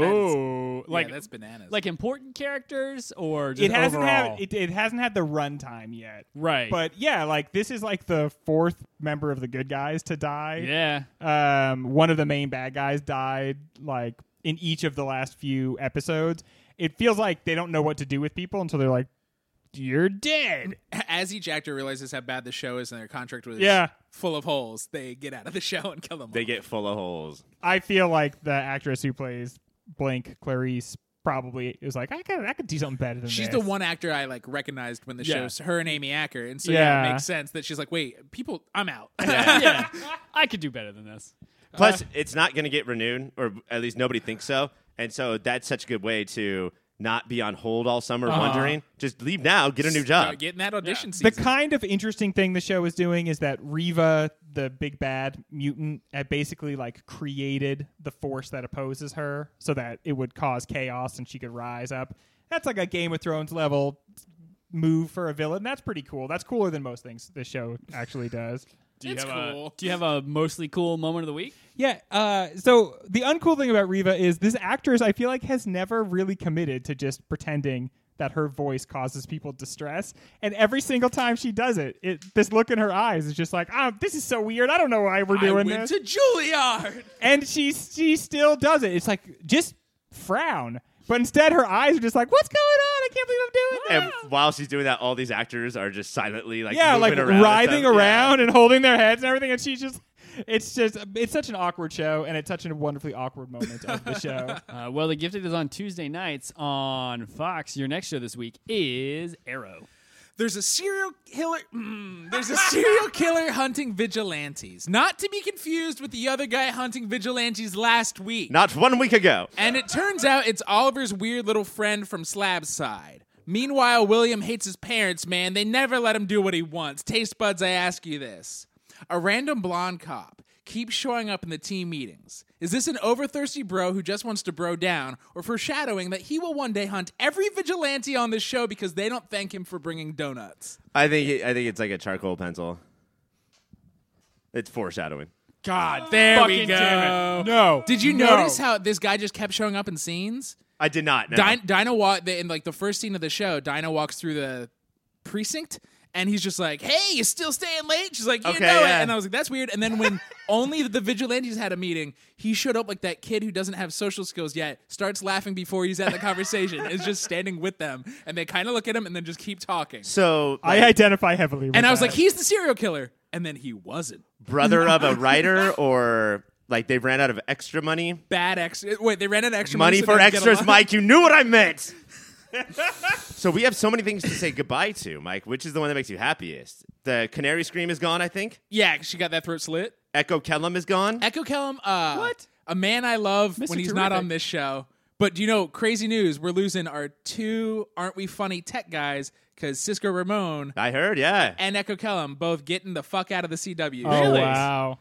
Speaker 1: Oh,
Speaker 4: Like
Speaker 1: like
Speaker 4: that's bananas.
Speaker 1: like important characters or just
Speaker 3: it hasn't
Speaker 1: overall?
Speaker 3: had it, it hasn't had the runtime yet
Speaker 1: Right.
Speaker 3: but yeah like this is like the fourth member of the good guys to die
Speaker 1: yeah.
Speaker 3: yeah. um one of the main bad guys died like in each of the last few episodes it feels like they don't know what to do with people until they're like you're dead
Speaker 4: as each actor realizes how bad the show is and their contract was
Speaker 3: Yeah.
Speaker 4: full of holes, they get out of the show and kill them.
Speaker 2: They
Speaker 4: all.
Speaker 2: get full of holes.
Speaker 4: Uh-huh.
Speaker 3: i feel like the actress who plays blank clarice probably is like i could i could do something better than
Speaker 4: She's
Speaker 3: this.
Speaker 4: the one actor I like recognized when the
Speaker 1: Yeah.
Speaker 4: show. Her and Amy Acker, and so yeah. it
Speaker 3: Yeah.
Speaker 4: makes sense that she's like, wait, people, I'm out.
Speaker 1: yeah. I could do better than this.
Speaker 2: Plus, it's not going to get renewed, or at least nobody thinks so. And so that's such a good way to not be on hold all summer wondering. Just leave now, get a new
Speaker 4: Uh-huh. Start
Speaker 2: job.
Speaker 4: getting that audition
Speaker 3: The
Speaker 4: season.
Speaker 3: kind of interesting thing the show is doing is that Riva, the big bad mutant, had basically like created the force that opposes her so that it would cause chaos and she could rise up. That's like a Game of Thrones level move for a villain. That's pretty cool. That's cooler than most things this show actually does.
Speaker 1: Do you
Speaker 4: It's
Speaker 1: have a
Speaker 4: cool.
Speaker 1: Do you have a mostly cool moment of the week?
Speaker 3: Yeah. Uh, so the uncool thing about Riva is this actress, I feel like, has never really committed to just pretending that her voice causes people distress. And every single time she does it, it this look in her eyes is just like, oh, this is so weird. I don't know why we're
Speaker 4: I
Speaker 3: doing
Speaker 4: went
Speaker 3: this.
Speaker 4: to Juilliard.
Speaker 3: and she she still does it. It's like just frown. But instead, her eyes are just like, what's going on? I can't believe I'm doing
Speaker 2: And
Speaker 3: this.
Speaker 2: while she's doing that, all these actors are just silently like
Speaker 3: yeah, like
Speaker 2: moving around and
Speaker 3: writhing
Speaker 2: stuff. Yeah.
Speaker 3: around and holding their heads and everything. And she's just, it's just, it's such an awkward show, and it's such a wonderfully awkward moment of the show.
Speaker 1: Uh, well, The Gifted is on Tuesday nights on Fox. Your next show this week is Arrow.
Speaker 4: There's a serial killer. Mm, there's a serial killer hunting vigilantes, not to be confused with the other guy hunting vigilantes last week.
Speaker 2: Not one week ago.
Speaker 4: And it turns out it's Oliver's weird little friend from Slab's side. Meanwhile, William hates his parents, man. They never let him do what he wants. Taste buds, I ask you this. A random blonde cop keeps showing up in the team meetings. Is this an overthirsty bro who just wants to bro down, or foreshadowing that he will one day hunt every vigilante on this show because they don't thank him for bringing donuts?
Speaker 2: I think I think it's like a charcoal pencil. It's foreshadowing.
Speaker 1: God,
Speaker 4: There
Speaker 1: fucking
Speaker 4: we go.
Speaker 1: Damn it.
Speaker 3: No.
Speaker 4: Did you
Speaker 3: No.
Speaker 4: notice how this guy just kept showing up in scenes?
Speaker 2: I did not. No.
Speaker 4: Dino, Dino walk the, in like the first scene of the show. Dino walks through the precinct and he's just like, "Hey, you still staying late?" She's like, "You
Speaker 2: Okay,
Speaker 4: know
Speaker 2: yeah.
Speaker 4: it." And I was like, "That's weird." And then when only the vigilantes had a meeting, he showed up like that kid who doesn't have social skills yet. Starts laughing before he's at the conversation. is just standing with them, and they kind of look at him and then just keep talking.
Speaker 2: So
Speaker 3: I
Speaker 2: like,
Speaker 3: identify heavily with
Speaker 4: And I was
Speaker 3: that.
Speaker 4: like, "He's the serial killer," and then he wasn't.
Speaker 2: brother of a writer or like they ran out of extra money.
Speaker 4: Bad extra. Wait, they ran an extra
Speaker 2: Money
Speaker 4: so
Speaker 2: for
Speaker 4: they could get
Speaker 2: extras,
Speaker 4: along.
Speaker 2: Mike. You knew what I meant. so we have so many things to say goodbye to, Mike. Which is the one that makes you happiest? The canary scream is gone, I think.
Speaker 4: Yeah, she got that throat slit.
Speaker 2: Echo Kellum is
Speaker 3: E-
Speaker 2: gone.
Speaker 4: Echo Kellum, uh,
Speaker 1: What?
Speaker 4: A man I love when
Speaker 1: Mr.
Speaker 4: he's not
Speaker 1: Terrific.
Speaker 4: on this show. But do you know, crazy news, we're losing our two aren't we funny tech guys because Cisco Ramon
Speaker 2: I heard, yeah.
Speaker 4: and Echo Kellum both getting the fuck out of the CW.
Speaker 3: oh,
Speaker 2: Really?
Speaker 3: wow.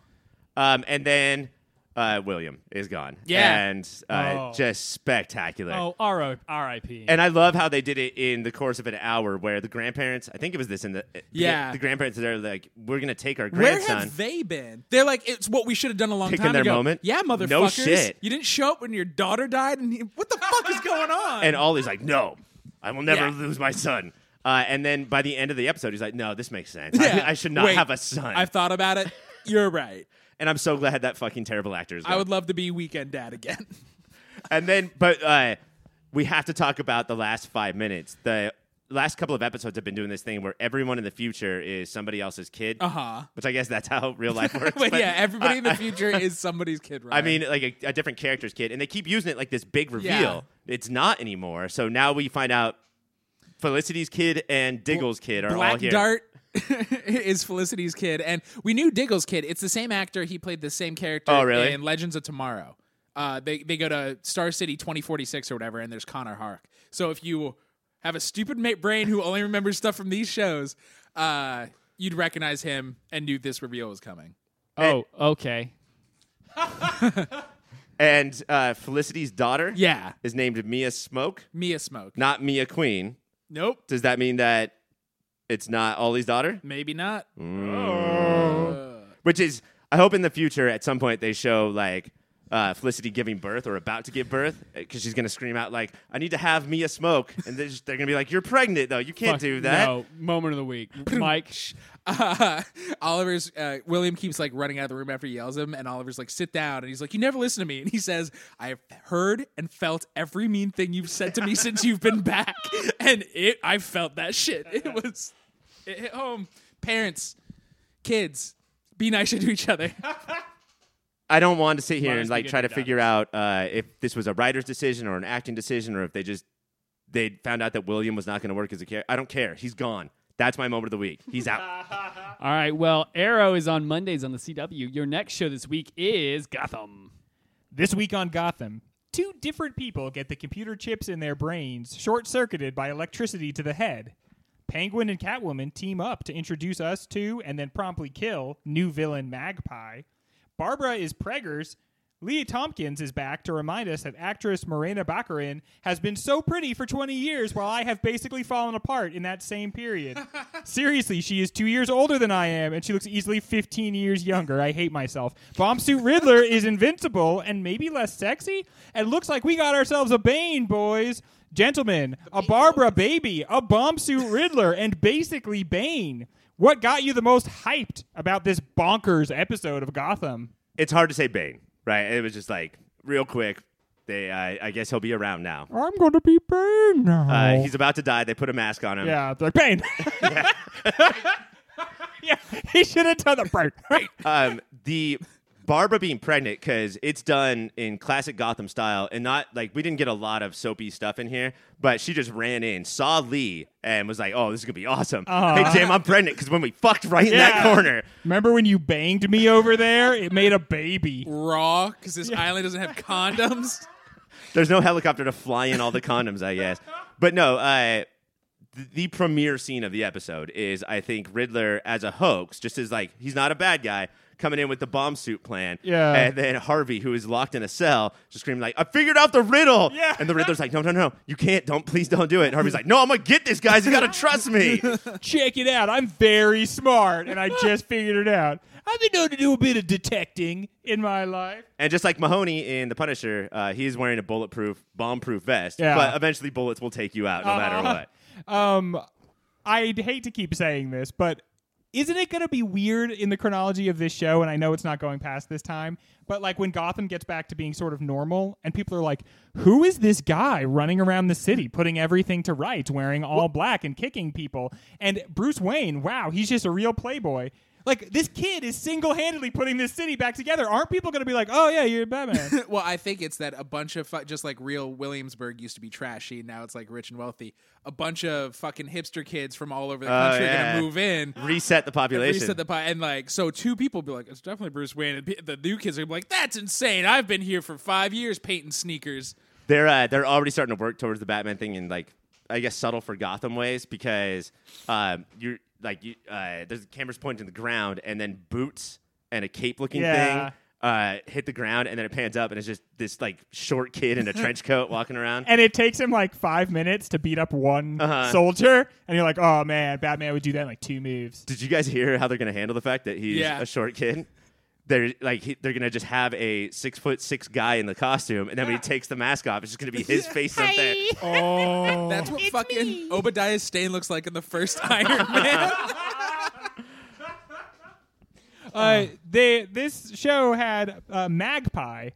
Speaker 2: Um, and then uh, William is gone.
Speaker 4: Yeah.
Speaker 2: and uh,
Speaker 1: Oh.
Speaker 2: just spectacular.
Speaker 1: Oh, R.O. R.I.P.
Speaker 2: And I love how they did it in the course of an hour, where the grandparents. I think it was this in the
Speaker 4: Yeah.
Speaker 2: The, grandparents are like, "We're gonna take our
Speaker 4: Where
Speaker 2: grandson."
Speaker 4: have they been? They're like, it's what we should have done a long
Speaker 2: Picking
Speaker 4: time
Speaker 2: their
Speaker 4: ago.
Speaker 2: moment?
Speaker 4: Yeah,
Speaker 2: No
Speaker 4: motherfuckers.
Speaker 2: shit.
Speaker 4: You didn't show up when your daughter died, and he, what the fuck is going on?
Speaker 2: and Ollie's like, "No, I will never
Speaker 4: Yeah.
Speaker 2: lose my son." Uh, and then by the end of the episode, he's like, "No, this makes sense.
Speaker 4: Yeah.
Speaker 2: I, I should not
Speaker 4: Wait,
Speaker 2: have a son."
Speaker 4: I've thought about it. You're right.
Speaker 2: and I'm so glad that fucking terrible actor is gone.
Speaker 4: I would love to be weekend dad again.
Speaker 2: and then, but uh, we have to talk about the last five minutes. The last couple of episodes have been doing this thing where everyone in the future is somebody else's kid. Uh
Speaker 4: Uh-huh.
Speaker 2: Which I guess that's how real life works.
Speaker 4: But yeah, everybody in the
Speaker 2: I-
Speaker 4: future is somebody's kid, right?
Speaker 2: I mean, like a, a different character's kid, and they keep using it like this big reveal.
Speaker 4: Yeah.
Speaker 2: It's not anymore. So now we find out Felicity's kid and Diggle's kid are all
Speaker 4: Black
Speaker 2: here.
Speaker 4: Dart is Felicity's kid, and we knew Diggle's kid. It's the same actor. He played the same character
Speaker 2: Oh, really?
Speaker 4: in Legends of Tomorrow. Uh, they they go to Star City 2046 or whatever, and there's Connor Hark. So if you have a stupid ma- brain who only remembers stuff from these shows, uh, you'd recognize him and knew this reveal was coming.
Speaker 1: oh, okay.
Speaker 2: And uh, Felicity's daughter
Speaker 4: Yeah,
Speaker 2: is named Mia Smoke,
Speaker 4: Mia Smoke.
Speaker 2: not Mia Queen.
Speaker 4: nope,
Speaker 2: Does that mean that it's not Ollie's daughter?
Speaker 4: maybe not.
Speaker 2: Which is, I hope in the future at some point they show like uh, Felicity giving birth or about to give birth because she's going to scream out like, I need to have Mia Smoke. And they're, just- they're going to be like, you're pregnant though. You can't
Speaker 1: Fuck,
Speaker 2: do that.
Speaker 1: No, moment of the week. Mike,
Speaker 4: uh, Oliver's uh, William keeps like running out of the room after he yells at him, and Oliver's like, "Sit down," and he's like, "You never listen to me." And he says, "I've heard and felt every mean thing you've said to me since you've been back, and it, I felt that shit. It was, it hit home. Parents, kids, be nicer to each other.
Speaker 2: I don't want to sit here
Speaker 1: Minus
Speaker 2: and like
Speaker 1: beginning
Speaker 2: try to
Speaker 1: done.
Speaker 2: figure out uh, if this was a writer's decision or an acting decision or if they just they found out that William was not going to work as a character. I don't care. He's gone. That's my moment of the week. He's out.
Speaker 1: All right. Well, Arrow is on Mondays on the CW. Your next show this week is Gotham.
Speaker 3: This week on Gotham, two different people get the computer chips in their brains short circuited by electricity to the head. Penguin and Catwoman team up to introduce us to and then promptly kill new villain Magpie. Barbara is Preggers. Leah Tompkins is back to remind us that actress Morena Baccarin has been so pretty for 20 years while I have basically fallen apart in that same period. Seriously, she is two years older than I am, and she looks easily 15 years younger. I hate myself. Bombsuit Riddler is invincible and maybe less sexy. And looks like we got ourselves a Bane, boys. Gentlemen, a Barbara baby, a bombsuit Riddler, and basically Bane. What got you the most hyped about this bonkers episode of Gotham?
Speaker 2: it's hard to say Bane, right? It was just like real quick. They, I I guess he'll be around now.
Speaker 3: I'm gonna be Bane now.
Speaker 2: Uh, he's about to die. They put a mask on him.
Speaker 3: yeah, it's like Bane. yeah, he should have done the Bane.
Speaker 2: um, the Barbara being pregnant because it's done in classic Gotham style and not like we didn't get a lot of soapy stuff in here, but she just ran in, saw Lee, and was like, "Oh, this is gonna be awesome! Hey, Jim, I'm pregnant because when we fucked right in that
Speaker 3: Yeah.
Speaker 2: corner,
Speaker 3: Remember when you banged me over there? It made a baby.
Speaker 4: Raw, because this island doesn't have condoms.
Speaker 2: there's no helicopter to fly in all the condoms, I guess." But no, uh, th- the premiere scene of the episode is, I think, Riddler as a hoax, just as like he's not a bad guy. Coming in with the bomb suit plan,
Speaker 3: Yeah.
Speaker 2: and then Harvey, who is locked in a cell, just screaming like, "I figured out the riddle!"
Speaker 3: Yeah.
Speaker 2: And the Riddler's like, "No, no, no, you can't! Don't please, don't do it!" And Harvey's like, "No, I'm gonna get this, guys. You gotta trust me."
Speaker 3: Check it out. I'm very smart, and I just figured it out. I've been known to do a bit of detecting in my life.
Speaker 2: and just like Mahoney in The Punisher, uh, he is wearing a bulletproof, bomb-proof vest.
Speaker 3: Yeah. Uh-huh.
Speaker 2: But eventually, bullets will take you out no matter what.
Speaker 3: Um, I'd hate to keep saying this, but isn't it going to be weird in the chronology of this show? And I know it's not going past this time, but like when Gotham gets back to being sort of normal, and people are like, "Who is this guy running around the city, putting everything to rights, wearing all black and kicking people?" And Bruce Wayne, wow, he's just a real playboy. Like this kid is single-handedly putting this city back together. Aren't people going to be like, "Oh yeah, you're Batman"?
Speaker 4: well, I think it's that a bunch of fu- just like real Williamsburg used to be trashy, now it's like rich and wealthy. A bunch of fucking hipster kids from all over the
Speaker 2: Oh,
Speaker 4: country are
Speaker 2: yeah.
Speaker 4: gonna move in.
Speaker 2: Reset the population.
Speaker 4: Reset the pie, and like so, two people be like, "It's definitely Bruce Wayne." And pe- the new kids are gonna be like, "That's insane! I've been here for five years painting sneakers."
Speaker 2: they're uh, they're already starting to work towards the Batman thing in like I guess subtle for Gotham ways because um, you're like you, uh, there's cameras pointing to the ground and then boots and a cape looking
Speaker 3: Yeah.
Speaker 2: thing. uh, hit the ground, and then it pans up, and it's just this like short kid in a trench coat walking around.
Speaker 3: and it takes him like five minutes to beat up one
Speaker 2: Uh-huh.
Speaker 3: soldier, and you're like, oh man, Batman would do that in like two moves.
Speaker 2: Did you guys hear how they're going to handle the fact that he's
Speaker 4: Yeah.
Speaker 2: a short kid? They're like he, they're going to just have a six foot six guy in the costume, and then when he takes the mask off, it's just going to be his face up there.
Speaker 3: Oh,
Speaker 4: That's what fucking Obadiah Stane looks like in the first Iron Man.
Speaker 3: uh, they this show had uh, Magpie,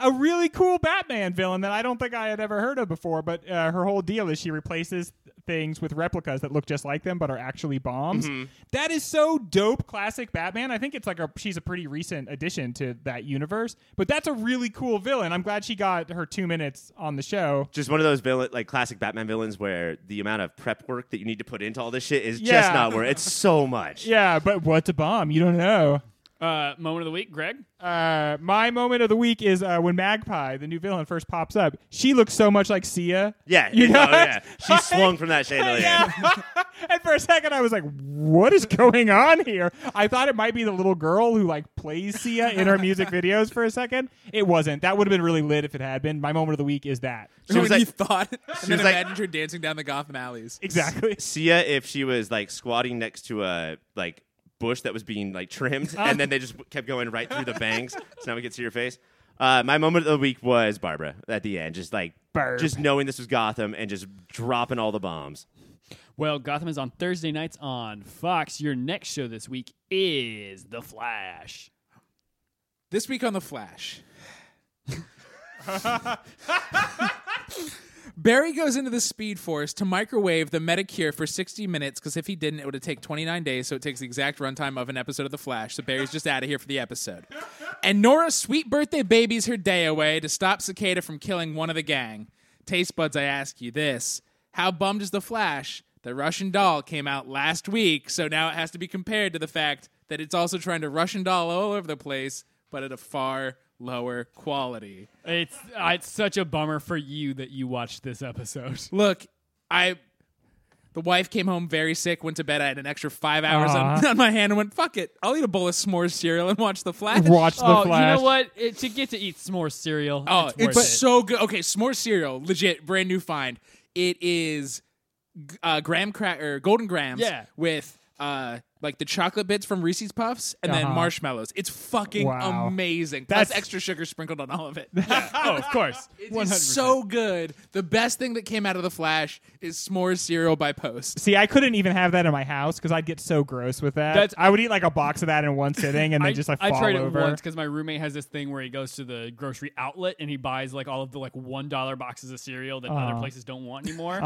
Speaker 3: a really cool Batman villain that I don't think I had ever heard of before. But uh, her whole deal is she replaces things with replicas that look just like them but are actually bombs. That is so dope, classic Batman. I think it's like a she's a pretty recent addition to that universe. But that's a really cool villain. I'm glad she got her two minutes on the show.
Speaker 2: Just one of those villain, like classic Batman villains, where the amount of prep work that you need to put into all this shit is
Speaker 3: Yeah.
Speaker 2: just not worth. It's so much.
Speaker 3: Yeah, but what's a bomb? You don't know.
Speaker 1: Uh, moment of the week, Greg.
Speaker 3: Uh, my moment of the week is uh, when Magpie, the new villain, first pops up. She looks so much like Sia.
Speaker 2: Yeah,
Speaker 3: you
Speaker 2: it-
Speaker 3: know.
Speaker 2: oh, yeah. She swung from that chandelier.
Speaker 3: Yeah. and for a second, I was like, "What is going on here?" I thought it might be the little girl who like plays Sia in her music videos. For a second, it wasn't. That would have been really lit if it had been. My moment of the week is that
Speaker 2: She was
Speaker 4: when you
Speaker 2: like
Speaker 4: thought, and then
Speaker 2: was like-
Speaker 4: imagined her dancing down the Gotham alleys.
Speaker 3: exactly.
Speaker 2: Sia if she was like squatting next to a like bush that was being like trimmed,
Speaker 3: Uh.
Speaker 2: and then they just kept going right through the bangs, so now we could see her face. Uh, my moment of the week was Barbara at the end, just like
Speaker 3: Barb.
Speaker 2: just knowing this was Gotham and just dropping all the bombs.
Speaker 1: Well, Gotham is on Thursday nights on Fox. Your next show this week is The Flash.
Speaker 4: This week on The Flash. Barry goes into the Speed Force to microwave the Medicure for 60 minutes because if he didn't, it would have taken 29 days, so it takes the exact runtime of an episode of The Flash. So Barry's just out of here for the episode. And Nora's sweet birthday babies her day away to stop Cicada from killing one of the gang. Taste buds, I ask you this How bummed is The Flash? The Russian doll came out last week, so now it has to be compared to the fact that it's also trying to Russian doll all over the place, but at a far lower quality.
Speaker 1: It's uh, it's such a bummer for you that you watched this episode.
Speaker 4: Look, I. The wife came home very sick, went to bed. I had an extra five hours on,
Speaker 3: Uh-huh.
Speaker 4: on my hand and went, fuck it. I'll eat a bowl of s'mores cereal and watch The Flash.
Speaker 3: Watch the
Speaker 1: oh,
Speaker 3: flash.
Speaker 1: you know what? It, to get to eat s'more cereal.
Speaker 4: Oh,
Speaker 1: it's,
Speaker 4: it's,
Speaker 1: worth it.
Speaker 4: so good. Okay, s'more cereal, legit, brand new find. It is g- uh, graham cracker, golden grams,
Speaker 1: Yeah.
Speaker 4: with uh, like the chocolate bits from Reese's Puffs and then
Speaker 3: Uh-huh.
Speaker 4: marshmallows. It's fucking
Speaker 3: Wow.
Speaker 4: amazing. Plus
Speaker 3: That's-
Speaker 4: extra sugar sprinkled on all of it.
Speaker 1: oh, of course.
Speaker 4: It's so good. The best thing that came out of the Flash is s'more cereal by Post.
Speaker 3: See, I couldn't even have that in my house because I'd get so gross with that.
Speaker 1: That's-
Speaker 3: I would eat like a box of that in one sitting and then just like fall
Speaker 1: I tried
Speaker 3: over.
Speaker 1: it once because my roommate has this thing where he goes to the grocery outlet and he buys like all of the like one dollar boxes of cereal that
Speaker 3: Uh-huh.
Speaker 1: other places don't want anymore.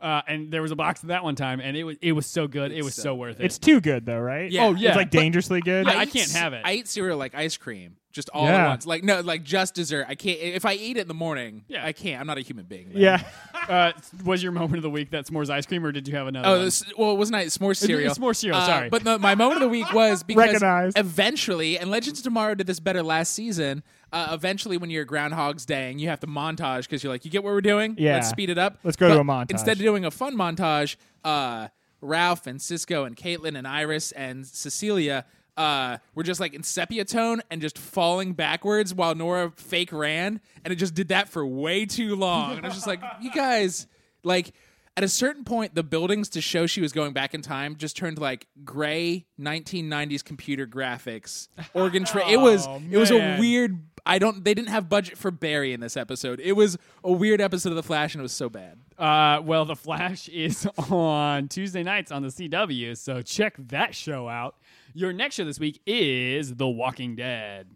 Speaker 1: uh and there was a box of that one time, and it was it was so good, it was so, worth it.
Speaker 3: It's too good though, right?
Speaker 4: Yeah. Oh,
Speaker 1: yeah.
Speaker 3: It's like
Speaker 1: But-
Speaker 3: dangerously good.
Speaker 1: I
Speaker 4: eat
Speaker 1: can't
Speaker 4: ce-
Speaker 1: have it.
Speaker 4: I eat cereal like ice cream, just all
Speaker 3: Yeah.
Speaker 4: at once. Like no, like just dessert. I can't. If I eat it in the morning,
Speaker 1: Yeah.
Speaker 4: I can't. I'm not a human being. man.
Speaker 3: yeah.
Speaker 1: uh, was your moment of the week that s'mores ice cream, or did you have another?
Speaker 4: Oh,
Speaker 1: one?
Speaker 4: this, well, it wasn't I. S'more cereal.
Speaker 1: s'more cereal,
Speaker 4: Uh,
Speaker 1: sorry.
Speaker 4: But no, my moment of the week was because
Speaker 3: Recognized.
Speaker 4: eventually, and Legends of Tomorrow did this better last season. Uh, eventually, when you're Groundhog's Day and you have to montage because you're like, you get what we're doing?
Speaker 3: Yeah.
Speaker 4: Let's speed it up.
Speaker 3: Let's go to
Speaker 4: But
Speaker 3: a montage.
Speaker 4: Instead of doing a fun montage, uh, Ralph and Cisco and Caitlin and Iris and Cecilia uh, were just like in sepia tone and just falling backwards while Nora fake ran. And it just did that for way too long. And I was just like, you guys, like, at a certain point, the buildings to show she was going back in time just turned like gray 1990s computer graphics. Oregon Trail. it was it was a
Speaker 1: man.
Speaker 4: weird. I don't. They didn't have budget for Barry in this episode. It was a weird episode of The Flash, and it was so bad.
Speaker 1: Uh, well, The Flash is on Tuesday nights on the CW, so check that show out. Your next show this week is The Walking Dead.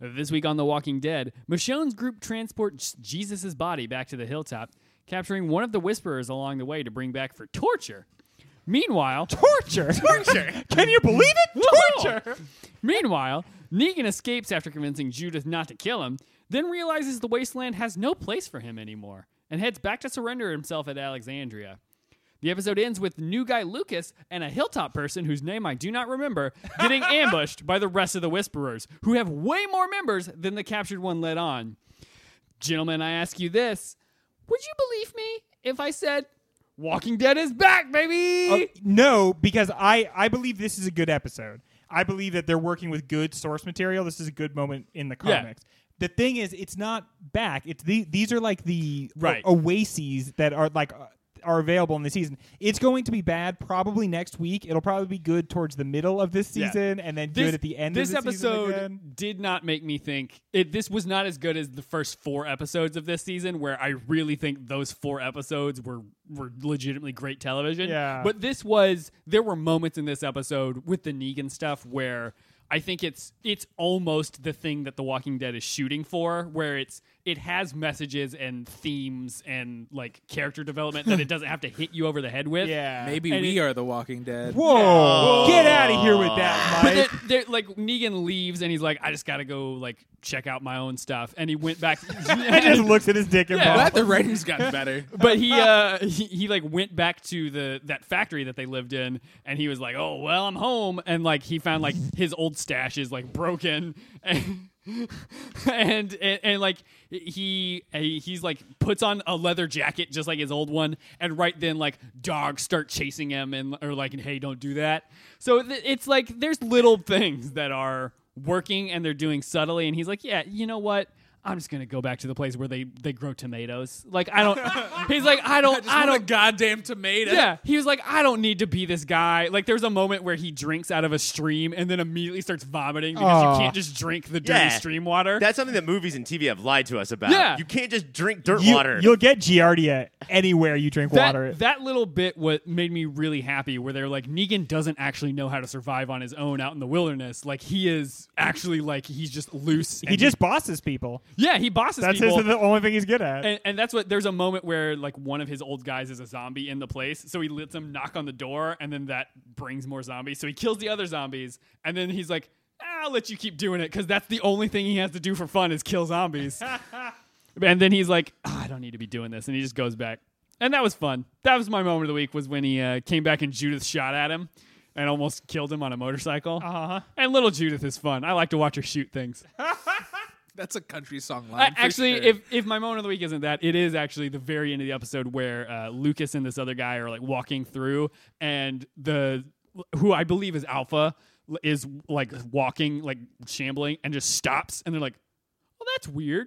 Speaker 1: This week on The Walking Dead, Michonne's group transports Jesus' body back to the hilltop, capturing one of the Whisperers along the way to bring back for torture. Meanwhile,
Speaker 3: Torture. Torture. Can you believe it? Torture.
Speaker 1: Meanwhile, Negan escapes after convincing Judith not to kill him, then realizes the wasteland has no place for him anymore and heads back to surrender himself at Alexandria. The episode ends with new guy Lucas and a hilltop person whose name I do not remember getting ambushed by the rest of the Whisperers, who have way more members than the captured one led on. Gentlemen, I ask you this Would you believe me if I said, Walking Dead is back, baby?
Speaker 3: Oh, Uh, no, because I I believe this is a good episode. I believe that they're working with good source material. This is a good moment in the
Speaker 1: Yeah.
Speaker 3: comics. The thing is, it's not back. It's the these are like the
Speaker 1: Right.
Speaker 3: o- oases that are like uh, are available in the season. It's going to be bad probably next week. It'll probably be good towards the middle of this
Speaker 1: Yeah.
Speaker 3: season, and then good at the end.
Speaker 1: This
Speaker 3: of the season
Speaker 1: episode
Speaker 3: again.
Speaker 1: did not make me think. It, this was not as good as the first four episodes of this season, where I really think those four episodes were were legitimately great television.
Speaker 3: Yeah.
Speaker 1: But this was. There were moments in this episode with the Negan stuff where. I think it's it's almost the thing that The Walking Dead is shooting for, where it's it has messages and themes and like character development that it doesn't have to hit you over the head with.
Speaker 3: Yeah.
Speaker 4: Maybe
Speaker 1: And
Speaker 4: we
Speaker 1: it-
Speaker 4: are the Walking Dead.
Speaker 3: Whoa! Get out of here with that,
Speaker 1: But
Speaker 3: Mike.
Speaker 1: then, they're- like Negan leaves and he's like, I just gotta go like check out my own stuff, and he went back.
Speaker 3: I just looks at his dick and
Speaker 1: Yeah.
Speaker 3: balls.
Speaker 4: Glad the writing's gotten better.
Speaker 1: but he uh he, he like went back to the that factory that they lived in and he was like oh well i'm home and like he found like his old stash is like broken and and, and and, like he he- he's like puts on a leather jacket just like his old one and right then like dogs start chasing him and or like hey don't do that so th- it's like there's little things that are working and they're doing subtly and he's like yeah you know what I'm just gonna go back to the place where they they grow tomatoes. Like I don't. he's like I don't. I,
Speaker 4: I
Speaker 1: don't.
Speaker 4: don't goddamn tomato.
Speaker 1: Yeah, he was like, I don't need to be this guy. Like, there's a moment where he drinks out of a stream and then immediately starts vomiting because
Speaker 3: Aw.
Speaker 1: you can't just drink the dirty
Speaker 2: Yeah.
Speaker 1: stream water.
Speaker 2: That's something that movies and TV have lied to us about.
Speaker 1: Yeah.
Speaker 2: You can't just drink dirt
Speaker 3: You,
Speaker 2: water.
Speaker 3: will get Giardia anywhere you drink
Speaker 1: that,
Speaker 3: water.
Speaker 1: that little bit what made me really happy where they're like negan doesn't actually know how to survive on his own out in the wilderness like he is actually like he's just loose
Speaker 3: he just bosses people.
Speaker 1: yeah he bosses
Speaker 3: That's
Speaker 1: people
Speaker 3: his, the only thing he's good at.
Speaker 1: and, and that's what there's a moment where like one of his old guys is a zombie in the place so he lets him knock on the door and then that brings more zombies so he kills the other zombies and then he's like "Ah, i'll let you keep doing it because that's the only thing he has to do for fun is kill zombies and then he's like "Ah, i don't need to be doing this and he just goes back and that was fun that was my moment of the week was when he uh, came back and judith shot at him and almost killed him on a motorcycle
Speaker 3: Uh-huh.
Speaker 1: and little judith is fun i like to watch her shoot things
Speaker 4: That's a country song
Speaker 1: I-
Speaker 4: line. for
Speaker 1: actually,
Speaker 4: sure.
Speaker 1: if if my moment of the week isn't that, it is actually the very end of the episode where uh, Lucas and this other guy are like walking through, and the who I believe is Alpha l- is like walking, like shambling, and just stops, and they're like, "Well, that's weird."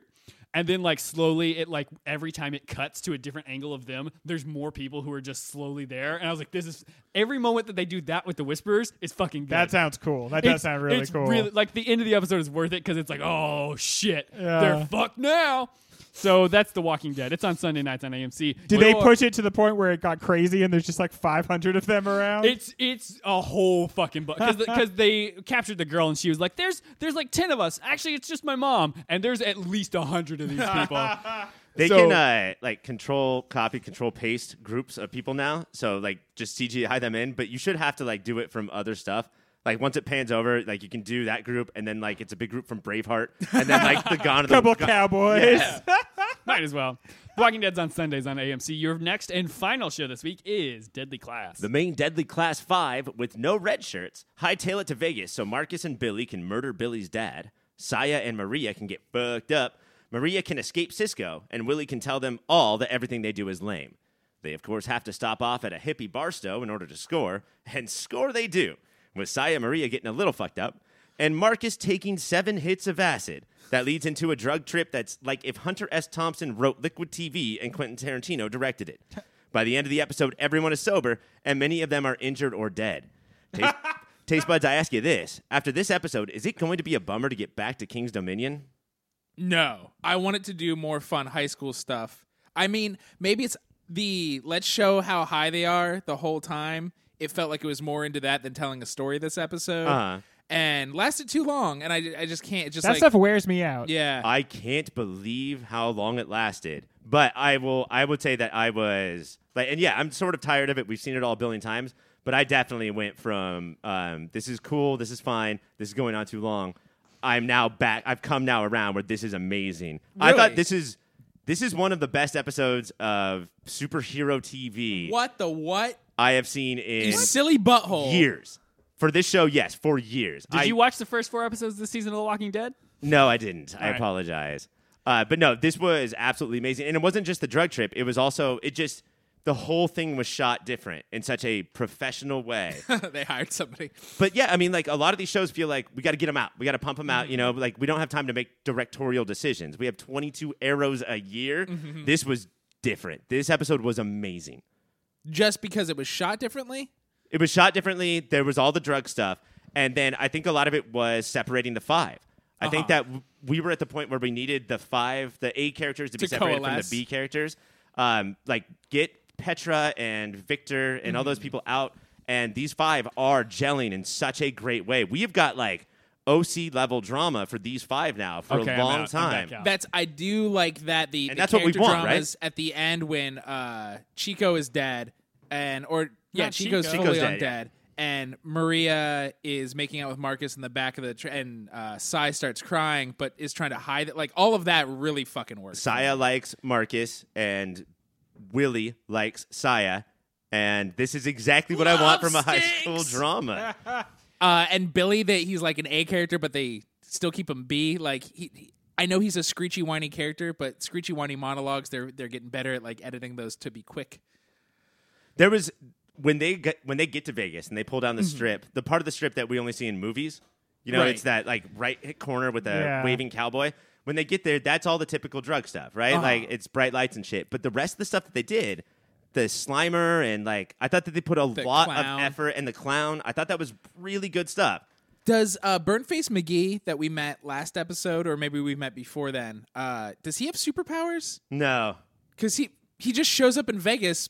Speaker 1: And then, like slowly, it like every time it cuts to a different angle of them, there's more people who are just slowly there. And I was like, "This is every moment that they do that with the whisperers is fucking good."
Speaker 3: that sounds cool. That does
Speaker 1: It's-
Speaker 3: sound really
Speaker 1: it's
Speaker 3: cool.
Speaker 1: like the end of the episode is worth it because it's like, oh shit,
Speaker 3: Yeah.
Speaker 1: they're fucked now. So that's The Walking Dead. It's on Sunday nights on AMC.
Speaker 3: Did they
Speaker 1: We'll-
Speaker 3: push it to the point where it got crazy and there's just like 500 of them around?
Speaker 1: It's it's a whole fucking book because they captured the girl and she was like, there's there's like ten of us. Actually, it's just my mom and there's at least a hundred of these people.
Speaker 2: They
Speaker 1: So-
Speaker 2: can uh, like control, copy, control, paste groups of people now. So like just CGI them in, but you should have to like do it from other stuff. Like once it pans over, like you can do that group, and then like it's a big group from Braveheart, and then like the Gone of the
Speaker 3: Couple
Speaker 2: Go-
Speaker 3: cowboys.
Speaker 1: Might as well. The Walking Dead's on Sundays on AMC. Your next and final show this week is Deadly Class.
Speaker 2: The main Deadly Class 5 with no red shirts hightail it to Vegas so Marcus and Billy can murder Billy's dad. Saya and Maria can get fucked up. Maria can escape Cisco, and Willie can tell them all that everything they do is lame. They, of course, have to stop off at a hippie barstow in order to score, and score they do, with Saya and Maria getting a little fucked up, and Marcus taking seven hits of acid. That leads into a drug trip that's like if Hunter S. Thompson wrote Liquid TV and Quentin Tarantino directed it. By the end of the episode, everyone is sober, and many of them are injured or dead. Taste, Taste buds, I ask you this: After this episode, is it going to be a bummer to get back to King's Dominion?
Speaker 4: No, I wanted to do more fun high school stuff. I mean, maybe it's the let's show how high they are the whole time. It felt like it was more into that than telling a story this episode,
Speaker 2: Uh-huh.
Speaker 4: and lasted too long. And I, I just can't. It's just
Speaker 3: that
Speaker 4: like,
Speaker 3: stuff wears me out.
Speaker 4: yeah,
Speaker 2: I can't believe how long it lasted. But I will, I would say that I was like, and yeah, I'm sort of tired of it. We've seen it all a billion times. But I definitely went from um, this is cool, this is fine, this is going on too long. I'm now back. I've come now around where this is amazing. I
Speaker 4: Really?
Speaker 2: thought this is this is one of the best episodes of superhero TV.
Speaker 4: what the what?
Speaker 2: I have seen in
Speaker 4: You silly butthole.
Speaker 2: years. For this show, yes, for years.
Speaker 1: Did
Speaker 2: I,
Speaker 1: you watch the first four episodes of the season of The Walking Dead?
Speaker 2: No, I didn't. I
Speaker 1: right.
Speaker 2: apologize. Uh, but no, this was absolutely amazing, and it wasn't just the drug trip. It was also it just the whole thing was shot different in such a professional way.
Speaker 4: they hired somebody.
Speaker 2: but yeah, I mean, like a lot of these shows feel like we got to get them out, we got to pump them out. You know, like we don't have time to make directorial decisions. We have 22 arrows a year. This was different. This episode was amazing.
Speaker 4: Just because it was shot differently?
Speaker 2: It was shot differently. There was all the drug stuff, and then I think a lot of it was separating the five. I
Speaker 1: Uh-huh.
Speaker 2: think that w- we were at the point where we needed the five, the A characters to, be
Speaker 4: To
Speaker 2: separated
Speaker 4: coalesce.
Speaker 2: from the B characters. Um, like get Petra and Victor and all
Speaker 1: Mm-hmm.
Speaker 2: those people out, and these five are gelling in such a great way. We've got like OC level drama for these five now for
Speaker 1: Okay,
Speaker 2: a
Speaker 1: I'm
Speaker 2: long
Speaker 1: out. I'm
Speaker 2: time.
Speaker 1: back out.
Speaker 4: That's I do like that the,
Speaker 2: Oh. And
Speaker 4: the
Speaker 2: that's what we
Speaker 4: character
Speaker 2: want, right?
Speaker 4: dramas at the end when uh Chico is dead and or yeah,
Speaker 1: Not
Speaker 4: Chico's
Speaker 1: Chico.
Speaker 4: fully
Speaker 2: Chico's
Speaker 4: undead.
Speaker 2: dead, yeah.
Speaker 4: And Maria is making out with Marcus in the back of the tra- and uh, Sai starts crying, but is trying to hide it. Like all of that really fucking works.
Speaker 2: Saya likes Marcus, and Willie likes Saya. And this is exactly what I want from a high school
Speaker 4: Lopsticks!
Speaker 2: drama.
Speaker 4: Uh, and Billy, that he's like an A character, but they still keep him B. Like he, he- I know he's a screechy whiny character, but screechy whiny monologues they're they're getting better at like editing those to be quick.
Speaker 2: There was when they get, when they get to Vegas and they pull down the strip, the part of the strip that we only see in movies. You know,
Speaker 4: Mm-hmm. Right.
Speaker 2: it's that like right corner with a
Speaker 3: Yeah.
Speaker 2: waving cowboy. When they get there, that's all the typical drug stuff, right?
Speaker 4: Uh-huh.
Speaker 2: Like it's bright lights and shit. But the rest of the stuff that they did, the Slimer and like I thought that they put a
Speaker 4: The
Speaker 2: lot
Speaker 4: clown.
Speaker 2: of effort and the clown. I thought that was really good stuff.
Speaker 4: Does uh, Burnface McGee that we met last episode, or maybe we met before then, uh, does he have superpowers?
Speaker 2: No,
Speaker 4: Because he he just shows up in Vegas.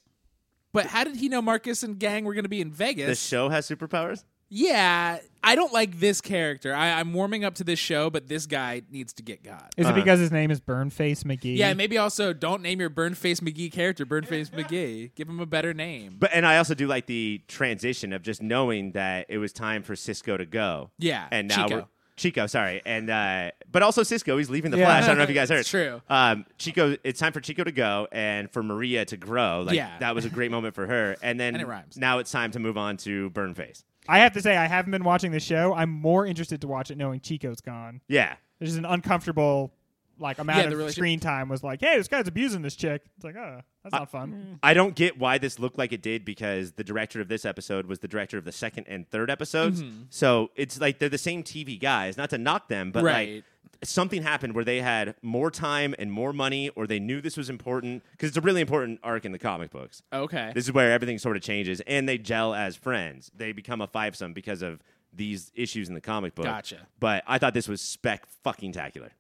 Speaker 4: But how did he know Marcus and gang were going to be in
Speaker 2: the
Speaker 4: Vegas?
Speaker 2: show has superpowers.
Speaker 4: yeah, I don't like this character. I, I'm warming up to this show, but this guy needs to get got.
Speaker 3: Is it because his name is Burnface McGee?
Speaker 4: Yeah, maybe also don't name your Burnface McGee character Burnface McGee. Give him a better name.
Speaker 2: But and I also do like the transition of just knowing that it was time for Cisco to go.
Speaker 4: Yeah,
Speaker 2: and now
Speaker 4: Chico.
Speaker 2: we're- Chico, sorry, and uh, but also Cisco, he's leaving the
Speaker 3: Yeah.
Speaker 2: Flash. I don't know if you guys heard.
Speaker 4: It's true.
Speaker 2: Um, Chico, it's time for Chico to go and for Maria to grow. Like
Speaker 4: Yeah.
Speaker 2: that was a great moment for her. And then
Speaker 4: And it rhymes.
Speaker 2: now it's time to move on to Burnface.
Speaker 3: I have to say, I haven't been watching the show. I'm more interested to watch it knowing Chico's gone.
Speaker 2: Yeah,
Speaker 3: There's just an uncomfortable like amount
Speaker 4: Yeah,
Speaker 3: of
Speaker 4: the relationship-
Speaker 3: screen time was like, hey, this guy's abusing this chick. It's like, oh, that's not fun.
Speaker 2: I don't get why this looked like it did because the director of this episode was the director of the second and third episodes.
Speaker 4: Mm-hmm.
Speaker 2: So it's like they're the same TV guys. Not to knock them, but
Speaker 4: Right.
Speaker 2: like something happened where they had more time and more money, or they knew this was important because it's a really important arc in the comic books.
Speaker 4: Okay.
Speaker 2: This is where everything sort of changes, and they gel as friends. They become a five some because of these issues in the comic book.
Speaker 4: Gotcha.
Speaker 2: But I thought this was spec fucking tacular.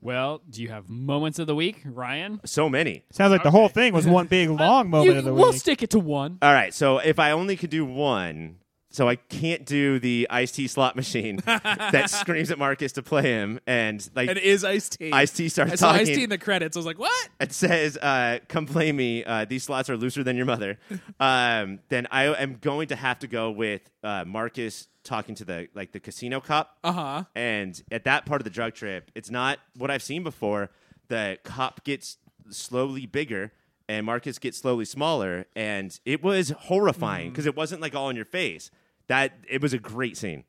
Speaker 1: Well, do you have moments of the week, Ryan?
Speaker 2: So many.
Speaker 3: Sounds like the whole thing was one big long moment
Speaker 1: You-
Speaker 3: of Oh, the
Speaker 1: we'll
Speaker 3: week.
Speaker 1: stick it to one.
Speaker 2: All right, so if I only could do one, so I can't do the iced tea slot machine that screams at Marcus to play him, and like
Speaker 4: it is Ice T.
Speaker 2: Ice T starts
Speaker 4: I saw
Speaker 2: talking.
Speaker 4: Ice T in the credits. I was like, what?
Speaker 2: it says, uh, "Come play me. Uh, these slots are looser than your mother." um, then I am going to have to go with uh, Marcus talking to the like the casino cop.
Speaker 4: Uh huh.
Speaker 2: And at that part of the drug trip, it's not what I've seen before. The cop gets slowly bigger and Marcus gets slowly smaller. And it was horrifying because it wasn't like all in your face. That it was a great scene.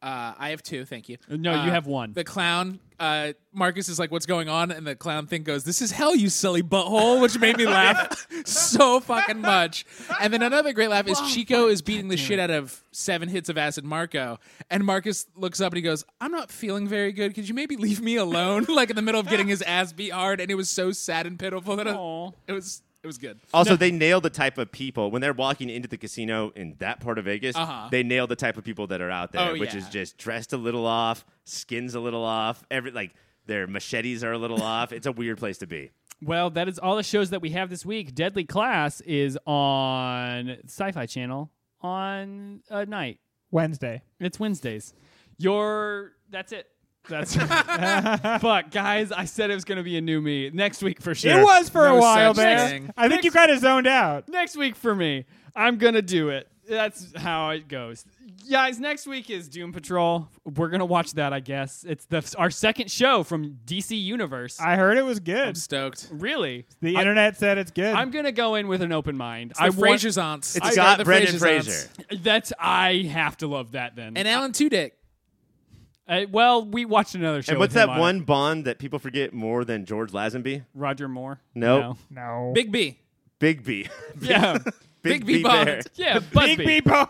Speaker 4: Uh, I have two. Thank you.
Speaker 1: No, you
Speaker 4: Uh,
Speaker 1: have one.
Speaker 4: The clown. Uh, Marcus is like, "What's going on?" And the clown thing goes, "This is hell, you silly butthole," which made me laugh so fucking much. And then another great laugh is Chico is beating the shit out of seven hits of acid Marco, and Marcus looks up and he goes, "I'm not feeling very good. Could you maybe leave me alone?" like in the middle of getting his ass beat hard, and it was so sad and pitiful that
Speaker 1: Aw.
Speaker 4: it, it was it was good.
Speaker 2: Also, they nail the type of people when they're walking into the casino in that part of Vegas.
Speaker 4: Uh-huh.
Speaker 2: They nail the type of people that are out there,
Speaker 4: Oh,
Speaker 2: which
Speaker 4: yeah.
Speaker 2: is just dressed a little off, skins a little off, every like their machetes are a little off. It's a weird place to be.
Speaker 1: Well, that is all the shows that we have this week. Deadly Class is on Sci Fi Channel on a night.
Speaker 3: Wednesday.
Speaker 1: It's Wednesdays. Your that's it. That's fuck, guys. I said it was going to be a new me next week for sure.
Speaker 3: It was for
Speaker 4: No
Speaker 3: a while
Speaker 4: such
Speaker 3: there.
Speaker 4: thing.
Speaker 3: I think you kind of zoned out.
Speaker 1: next week for me. I'm gonna do it. That's how it goes. Guys, next week is Doom Patrol. We're gonna watch that, I guess. It's the our second show from DC Universe.
Speaker 3: I heard it was good.
Speaker 4: I'm stoked.
Speaker 1: really?
Speaker 3: the
Speaker 1: I-
Speaker 3: internet said it's good.
Speaker 1: I'm gonna go in with an open mind.
Speaker 4: I
Speaker 1: I want-
Speaker 4: Frasier's aunts.
Speaker 2: It's
Speaker 4: I-
Speaker 2: got
Speaker 4: the
Speaker 2: Brendan
Speaker 4: Frasier's
Speaker 2: Fraser.
Speaker 4: aunts.
Speaker 1: That's I have to love that then.
Speaker 4: and Alan Tudyk.
Speaker 1: Uh, well, we watched another show.
Speaker 2: And what's
Speaker 1: with him
Speaker 2: that
Speaker 1: on
Speaker 2: one
Speaker 1: it.
Speaker 2: Bond that people forget more than George Lazenby?
Speaker 1: Roger Moore.
Speaker 2: Nope.
Speaker 1: No.
Speaker 3: no.
Speaker 4: Big B.
Speaker 2: Big B.
Speaker 1: Yeah.
Speaker 4: Big B Bond.
Speaker 2: Bear.
Speaker 1: Yeah,
Speaker 3: Big
Speaker 1: Busby.
Speaker 3: people.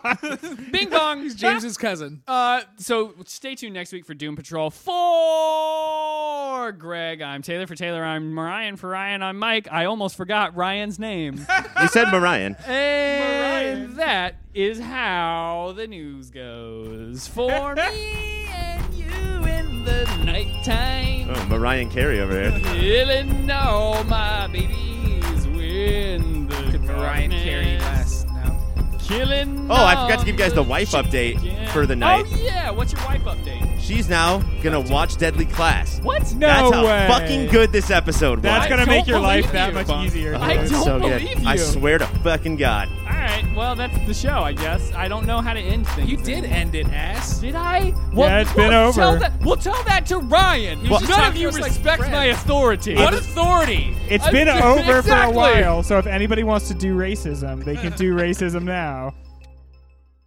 Speaker 1: Bing bong.
Speaker 4: James's cousin.
Speaker 1: Uh, so stay tuned next week for Doom Patrol. For Greg, I'm Taylor. For Taylor, I'm Ryan. For Ryan, I'm Mike. I almost forgot Ryan's name.
Speaker 2: You said Marion.
Speaker 1: and
Speaker 3: Ryan.
Speaker 1: that is how the news goes for me and you in the nighttime.
Speaker 2: Oh, Marion Carey over here.
Speaker 1: Killing all my babies when the
Speaker 4: Could Mariah Carey
Speaker 1: darkness-
Speaker 4: last? No.
Speaker 1: Killing.
Speaker 2: Oh, I
Speaker 1: all
Speaker 2: forgot to give you guys the wife update
Speaker 1: chickens.
Speaker 2: for the night.
Speaker 1: Oh yeah, what's your wife update?
Speaker 2: She's now gonna watch Deadly Class.
Speaker 1: What?
Speaker 3: No
Speaker 2: That's how
Speaker 3: way.
Speaker 2: fucking good this episode
Speaker 1: I
Speaker 3: That's
Speaker 2: was.
Speaker 3: gonna
Speaker 1: don't
Speaker 3: make your life
Speaker 1: believe
Speaker 3: that
Speaker 1: you.
Speaker 3: much
Speaker 1: Fuck.
Speaker 3: easier.
Speaker 1: I
Speaker 3: dude.
Speaker 2: It's
Speaker 1: don't
Speaker 2: so good.
Speaker 1: believe
Speaker 2: I
Speaker 1: you.
Speaker 2: swear to fucking God.
Speaker 1: All right. Well, that's the show, I guess. I don't know how to end things.
Speaker 4: You did end it, ass.
Speaker 1: Did I? Well,
Speaker 3: it's been
Speaker 1: we'll
Speaker 3: over.
Speaker 1: Tell that, we'll tell that to Ryan.
Speaker 4: was just
Speaker 1: None
Speaker 4: talking
Speaker 1: of
Speaker 4: to
Speaker 1: you
Speaker 4: us like
Speaker 1: respect
Speaker 4: friends.
Speaker 1: my authority.
Speaker 4: What authority?
Speaker 3: It's
Speaker 1: I-
Speaker 3: been over for a
Speaker 1: Exactly.
Speaker 3: while, so if anybody wants to do racism, they can do racism now.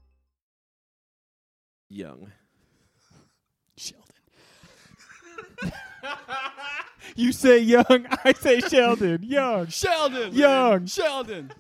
Speaker 2: Young.
Speaker 1: Sheldon.
Speaker 3: You say young, I say Sheldon. Young.
Speaker 1: Sheldon.
Speaker 3: Young.
Speaker 1: Sheldon.